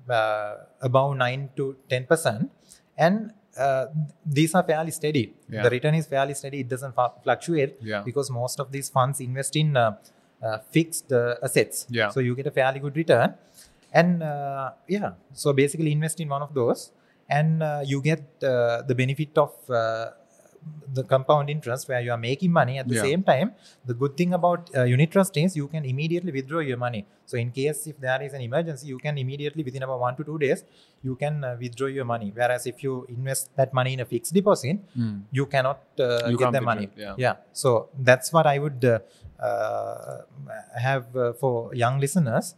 Speaker 2: uh, about nine to ten percent, and uh, these are fairly steady.
Speaker 1: Yeah.
Speaker 2: The return is fairly steady; it doesn't fa- fluctuate
Speaker 1: Yeah.
Speaker 2: because most of these funds invest in uh, uh, fixed uh, assets.
Speaker 1: Yeah.
Speaker 2: So you get a fairly good return, and uh, yeah, so basically invest in one of those, and uh, you get uh, the benefit of. Uh, the compound interest where you are making money at the
Speaker 1: Yeah.
Speaker 2: same time the good thing about uh, unit trust is you can immediately withdraw your money so in case if there is an emergency you can immediately within about one to two days you can uh, withdraw your money whereas if you invest that money in a fixed deposit
Speaker 1: Mm.
Speaker 2: you cannot uh,
Speaker 1: You
Speaker 2: get
Speaker 1: can't
Speaker 2: the
Speaker 1: withdraw
Speaker 2: money
Speaker 1: it, yeah.
Speaker 2: so that's what i would uh, uh, have uh, for young listeners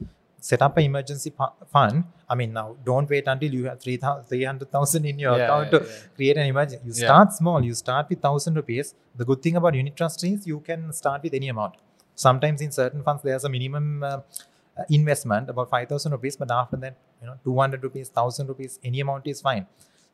Speaker 2: set up an emergency fu- fund i mean now don't wait until you have 3000 300000 in your
Speaker 1: Yeah,
Speaker 2: account
Speaker 1: yeah,
Speaker 2: to
Speaker 1: yeah.
Speaker 2: create an emergency you
Speaker 1: Yeah.
Speaker 2: start small you start with 1000 rupees the good thing about unit trust is you can start with any amount sometimes in certain funds there's a minimum uh, uh, investment about 5000 rupees but after that you know 200 rupees 1000 rupees any amount is fine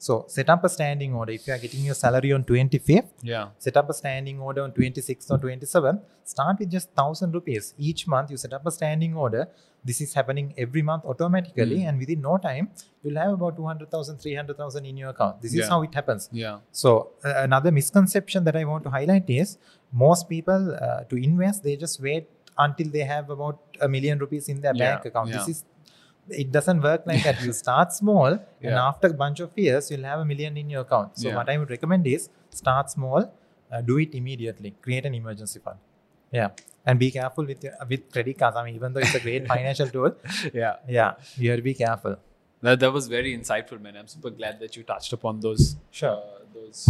Speaker 2: so set up a standing order if you are getting your salary on 25th
Speaker 1: Yeah.
Speaker 2: set up a standing order on 26th or 27th start with just 1000 rupees each month you set up a standing order this is happening every month automatically
Speaker 1: Mm.
Speaker 2: and within no time you'll have about 200000 300000 in your account this is
Speaker 1: Yeah.
Speaker 2: how it happens
Speaker 1: Yeah.
Speaker 2: so uh, another misconception that I want to highlight is most people uh, to invest they just wait until they have about a million rupees in their
Speaker 1: Yeah,
Speaker 2: bank account. This
Speaker 1: yeah.
Speaker 2: is it doesn't work like that. You start small, and
Speaker 1: Yeah.
Speaker 2: after a bunch of years, you'll have a million in your account. So
Speaker 1: Yeah.
Speaker 2: what I would recommend is start small, uh, do it immediately, create an emergency fund. Yeah, and be careful with your, with credit cards. I mean, even though it's a great financial tool,
Speaker 1: Yeah.
Speaker 2: yeah, you have to be careful.
Speaker 1: That, that was very insightful, man. I'm super glad that you touched upon those
Speaker 2: Sure.
Speaker 1: uh, those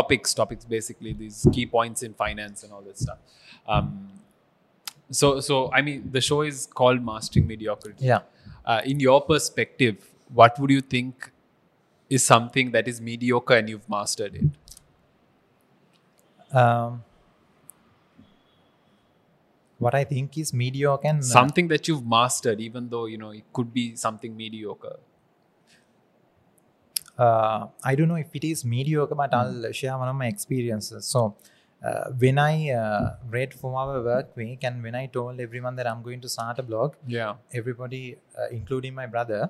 Speaker 1: topics. Topics basically these key points in finance and all that stuff. Um, so so I mean the show is called Mastering Mediocrity.
Speaker 2: Yeah.
Speaker 1: Uh, in your perspective, what would you think is something that is mediocre and you've mastered it?
Speaker 2: um, what I think is mediocre and uh,
Speaker 1: Something that you've mastered, even though you know it could be something mediocre.
Speaker 2: uh, I don't know if it is mediocre, but I'll share one of my experiences. So, uh, when I uh, read for our work week and when I told everyone that I'm going to start a blog,
Speaker 1: Yeah.
Speaker 2: everybody, uh, including my brother,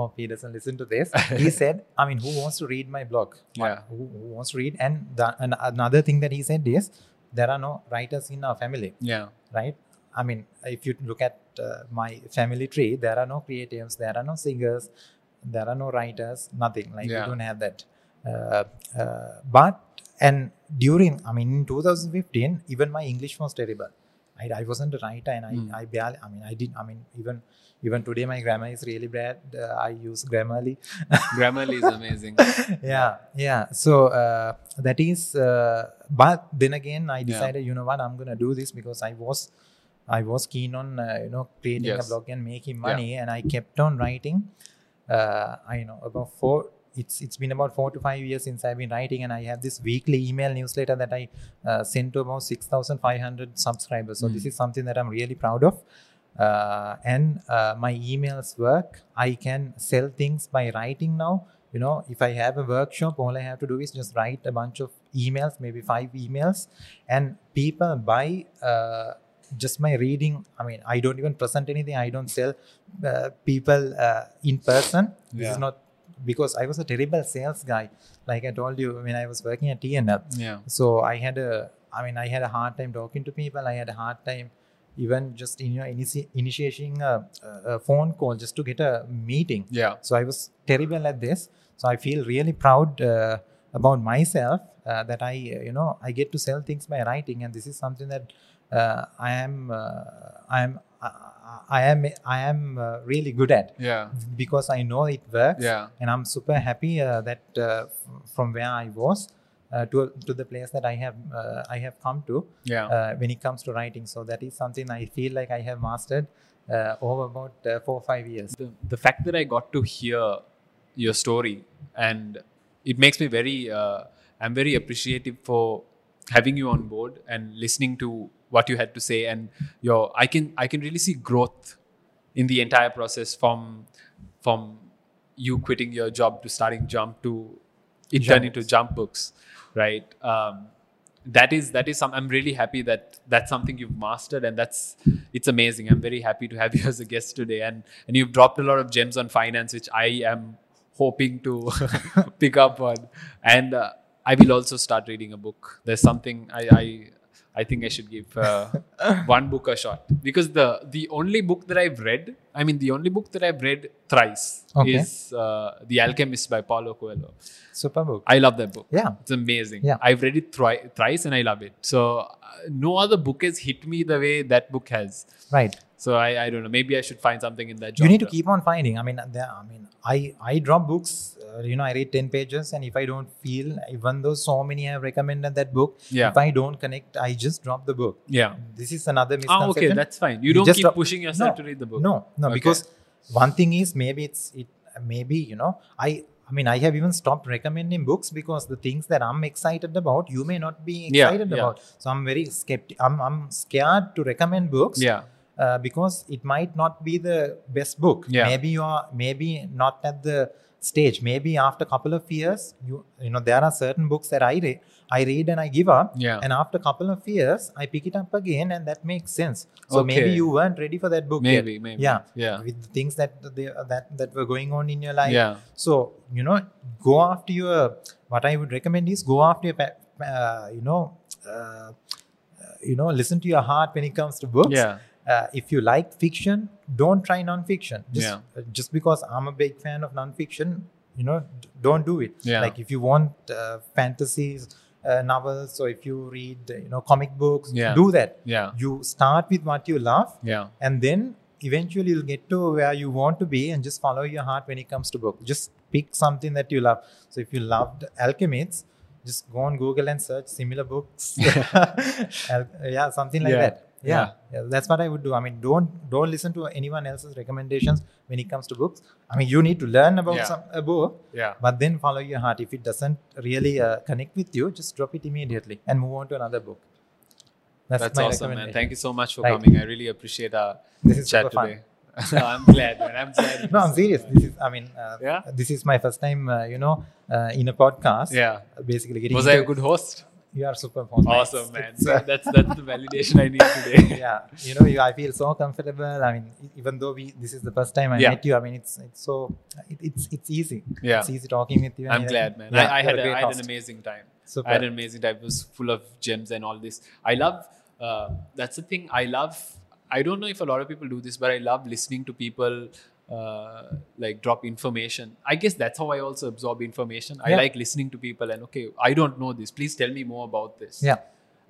Speaker 2: hope he doesn't listen to this, he said, I mean, who wants to read my blog?
Speaker 1: Yeah.
Speaker 2: Who, who wants to read? And, the, and another thing that he said is, there are no writers in our family.
Speaker 1: Yeah.
Speaker 2: right? I mean, if you look at uh, my family tree, there are no creatives, there are no singers, there are no writers, nothing. Like
Speaker 1: Yeah.
Speaker 2: we don't have that. Uh, uh, but and during, I mean, in 2015, even my English was terrible. I, I wasn't a writer, and I,
Speaker 1: Mm.
Speaker 2: I barely. I mean, I didn't. I mean, even even today, my grammar is really bad. Uh, I use Grammarly.
Speaker 1: Grammarly is amazing.
Speaker 2: yeah, yeah. So uh, that is. Uh, but then again, I decided, you know what, I'm gonna do this because I was, I was keen on uh, you know creating
Speaker 1: Yes.
Speaker 2: a blog and making money, and I kept on writing. Uh, I know about four. It's it's been about four to five years since I've been writing, and I have this weekly email newsletter that I uh, send to about six thousand five hundred subscribers. So this
Speaker 1: Mm.
Speaker 2: is something that I'm really proud of. uh, and uh, my emails work i can sell things by writing now you know if i have a workshop all i have to do is just write a bunch of emails maybe five emails and people buy uh, just my reading i mean i don't even present anything i don't sell uh, people uh, in person this
Speaker 1: Yeah.
Speaker 2: is not because i was a terrible sales guy like i told you when i was working at tnl
Speaker 1: Yeah.
Speaker 2: so i had a i mean i had a hard time talking to people i had a hard time even just you know initi- initiating a, a a phone call just to get a meeting
Speaker 1: Yeah.
Speaker 2: so i was terrible at this so i feel really proud uh, about myself uh, that i uh, you know i get to sell things by writing and this is something that uh, i am uh, i am I, I am i am uh, really good at
Speaker 1: Yeah.
Speaker 2: because i know it works
Speaker 1: Yeah.
Speaker 2: and I'm super happy uh, that uh, f- from where I was uh, to to the place that I have uh, I have come to
Speaker 1: Yeah.
Speaker 2: uh, when it comes to writing. So that is something I feel like I have mastered uh, over about uh, four or five years.
Speaker 1: the, the fact that I got to hear your story and it makes me very uh, I'm very appreciative for having you on board and listening to what you had to say and your I can I can really see growth in the entire process from from you quitting your job to starting jump to it turned into jump books right um, that is that is some i'm really happy that that's something you've mastered and that's it's amazing i'm very happy to have you as a guest today and and you've dropped a lot of gems on finance which i am hoping to pick up on and uh, i will also start reading a book there's something i i i think i should give uh, one book a shot because the the only book that i've read i mean the only book that i've read thrice
Speaker 2: Okay.
Speaker 1: is uh, the alchemist by paulo coelho
Speaker 2: Super book.
Speaker 1: i love that book
Speaker 2: Yeah.
Speaker 1: it's amazing.
Speaker 2: Yeah.
Speaker 1: I've read it thri- thrice and I love it. So uh, no other book has hit me the way that book has.
Speaker 2: Right.
Speaker 1: So I, I don't know. Maybe I should find something in that
Speaker 2: You
Speaker 1: genre.
Speaker 2: need to keep on finding. I mean, there, I mean, I I drop books. Uh, you know, I read ten pages, and if I don't feel, even though so many have recommended that book,
Speaker 1: Yeah.
Speaker 2: if I don't connect, I just drop the book.
Speaker 1: Yeah.
Speaker 2: This is another misconception.
Speaker 1: Ah, okay, that's fine. You,
Speaker 2: You
Speaker 1: don't
Speaker 2: just
Speaker 1: keep
Speaker 2: drop-
Speaker 1: pushing yourself
Speaker 2: No,
Speaker 1: to read the book.
Speaker 2: No, no,
Speaker 1: Okay.
Speaker 2: because one thing is maybe it's it maybe you know I I mean I have even stopped recommending books because the things that I'm excited about you may not be
Speaker 1: Yeah,
Speaker 2: excited
Speaker 1: yeah.
Speaker 2: about. So I'm very skeptic. I'm I'm scared to recommend books.
Speaker 1: Yeah.
Speaker 2: Uh, because it might not be the best book.
Speaker 1: Yeah.
Speaker 2: Maybe you are maybe not at the stage. Maybe after a couple of years, you you know there are certain books that I read, I read and I give up.
Speaker 1: Yeah.
Speaker 2: And after a couple of years, I pick it up again, and that makes sense. So maybe
Speaker 1: Okay.
Speaker 2: you weren't ready for that book. yet
Speaker 1: maybe, maybe.
Speaker 2: Yeah.
Speaker 1: Yeah.
Speaker 2: with the things that they, that that were going on in your life.
Speaker 1: yeah.
Speaker 2: So you know, go after your. What I would recommend is go after your. pa- Uh, you know, uh, you know, listen to your heart when it comes to books.
Speaker 1: Yeah.
Speaker 2: Uh, if you like fiction, don't try nonfiction. Just,
Speaker 1: Yeah.
Speaker 2: uh, just because I'm a big fan of nonfiction, you know, d- don't do it.
Speaker 1: Yeah.
Speaker 2: Like if you want uh, fantasies, uh, novels, or if you read, uh, you know, comic books,
Speaker 1: Yeah.
Speaker 2: do that.
Speaker 1: Yeah.
Speaker 2: You start with what you love,
Speaker 1: Yeah.
Speaker 2: and then eventually you'll get to where you want to be and just follow your heart when it comes to book just pick something that you love so if you loved alchemists just go on google and search similar books Al- yeah something like
Speaker 1: Yeah.
Speaker 2: that yeah. Yeah, that's what i would do i mean don't don't listen to anyone else's recommendations when it comes to books i mean you need to learn about
Speaker 1: Yeah.
Speaker 2: some a book
Speaker 1: Yeah.
Speaker 2: but then follow your heart if it doesn't really uh, connect with you just drop it immediately and move on to another book that's,
Speaker 1: That's
Speaker 2: my
Speaker 1: awesome, man.
Speaker 2: recommendation.
Speaker 1: Thank you so much for
Speaker 2: Right.
Speaker 1: coming. I really appreciate our
Speaker 2: This is
Speaker 1: chat
Speaker 2: super fun.
Speaker 1: today. I'm glad, man. I'm glad.
Speaker 2: no i'm serious this is i mean uh,
Speaker 1: Yeah?
Speaker 2: this is my first time uh, you know uh, in a podcast
Speaker 1: Yeah.
Speaker 2: basically getting
Speaker 1: Was I a
Speaker 2: to-
Speaker 1: good host?
Speaker 2: you are super fun uh,
Speaker 1: Awesome, man. That's that's the validation I need today.
Speaker 2: yeah you know you, i feel so comfortable i mean e- even though we this is the first time i
Speaker 1: Yeah.
Speaker 2: met you i mean it's it's so it, it's it's easy
Speaker 1: Yeah.
Speaker 2: it's easy talking with you and
Speaker 1: I'm
Speaker 2: everything.
Speaker 1: glad, man.
Speaker 2: Yeah,
Speaker 1: I, I
Speaker 2: you're
Speaker 1: had, a,
Speaker 2: great
Speaker 1: I had
Speaker 2: host.
Speaker 1: an amazing time.
Speaker 2: Super.
Speaker 1: I had an amazing time. It was full of gems and all this. I love, uh, that's the thing. I love, I don't know if a lot of people do this, but I love listening to people uh, like drop information. I guess that's how I also absorb information. I
Speaker 2: Yeah.
Speaker 1: like listening to people and, okay, I don't know this. Please tell me more about this.
Speaker 2: yeah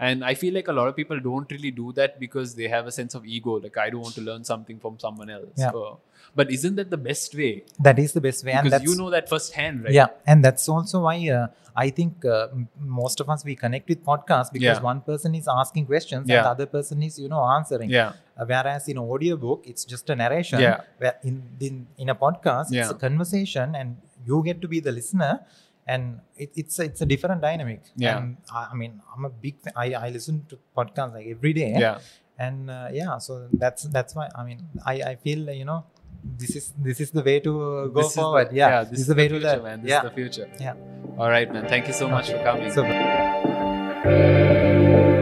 Speaker 1: And I feel like a lot of people don't really do that because they have a sense of ego. Like, I don't want to learn something from someone else.
Speaker 2: Yeah.
Speaker 1: Uh, but isn't that the best way?
Speaker 2: that is the best way and
Speaker 1: Because
Speaker 2: that's
Speaker 1: you know that firsthand, right?
Speaker 2: Yeah, and that's also why uh, I think uh, m- most of us we connect with podcasts because
Speaker 1: Yeah.
Speaker 2: one person is asking questions
Speaker 1: Yeah.
Speaker 2: and the other person is you know answering.
Speaker 1: Yeah.
Speaker 2: Uh, whereas in audiobook it's just a narration
Speaker 1: Yeah.
Speaker 2: where in, in in a podcast it's
Speaker 1: Yeah.
Speaker 2: a conversation and you get to be the listener and it, it's a, it's a different dynamic
Speaker 1: Yeah.
Speaker 2: and I, I mean i'm a big fan. I, I listen to podcasts like every day
Speaker 1: Yeah.
Speaker 2: and uh, yeah so that's that's why i mean i i feel you know this is this is the way to uh, go
Speaker 1: This is the-
Speaker 2: forward yeah.
Speaker 1: yeah,
Speaker 2: this, is the way to
Speaker 1: future,
Speaker 2: the
Speaker 1: man. This
Speaker 2: yeah
Speaker 1: is the future.
Speaker 2: Yeah.
Speaker 1: All right, man. Thank you so much for coming.
Speaker 2: so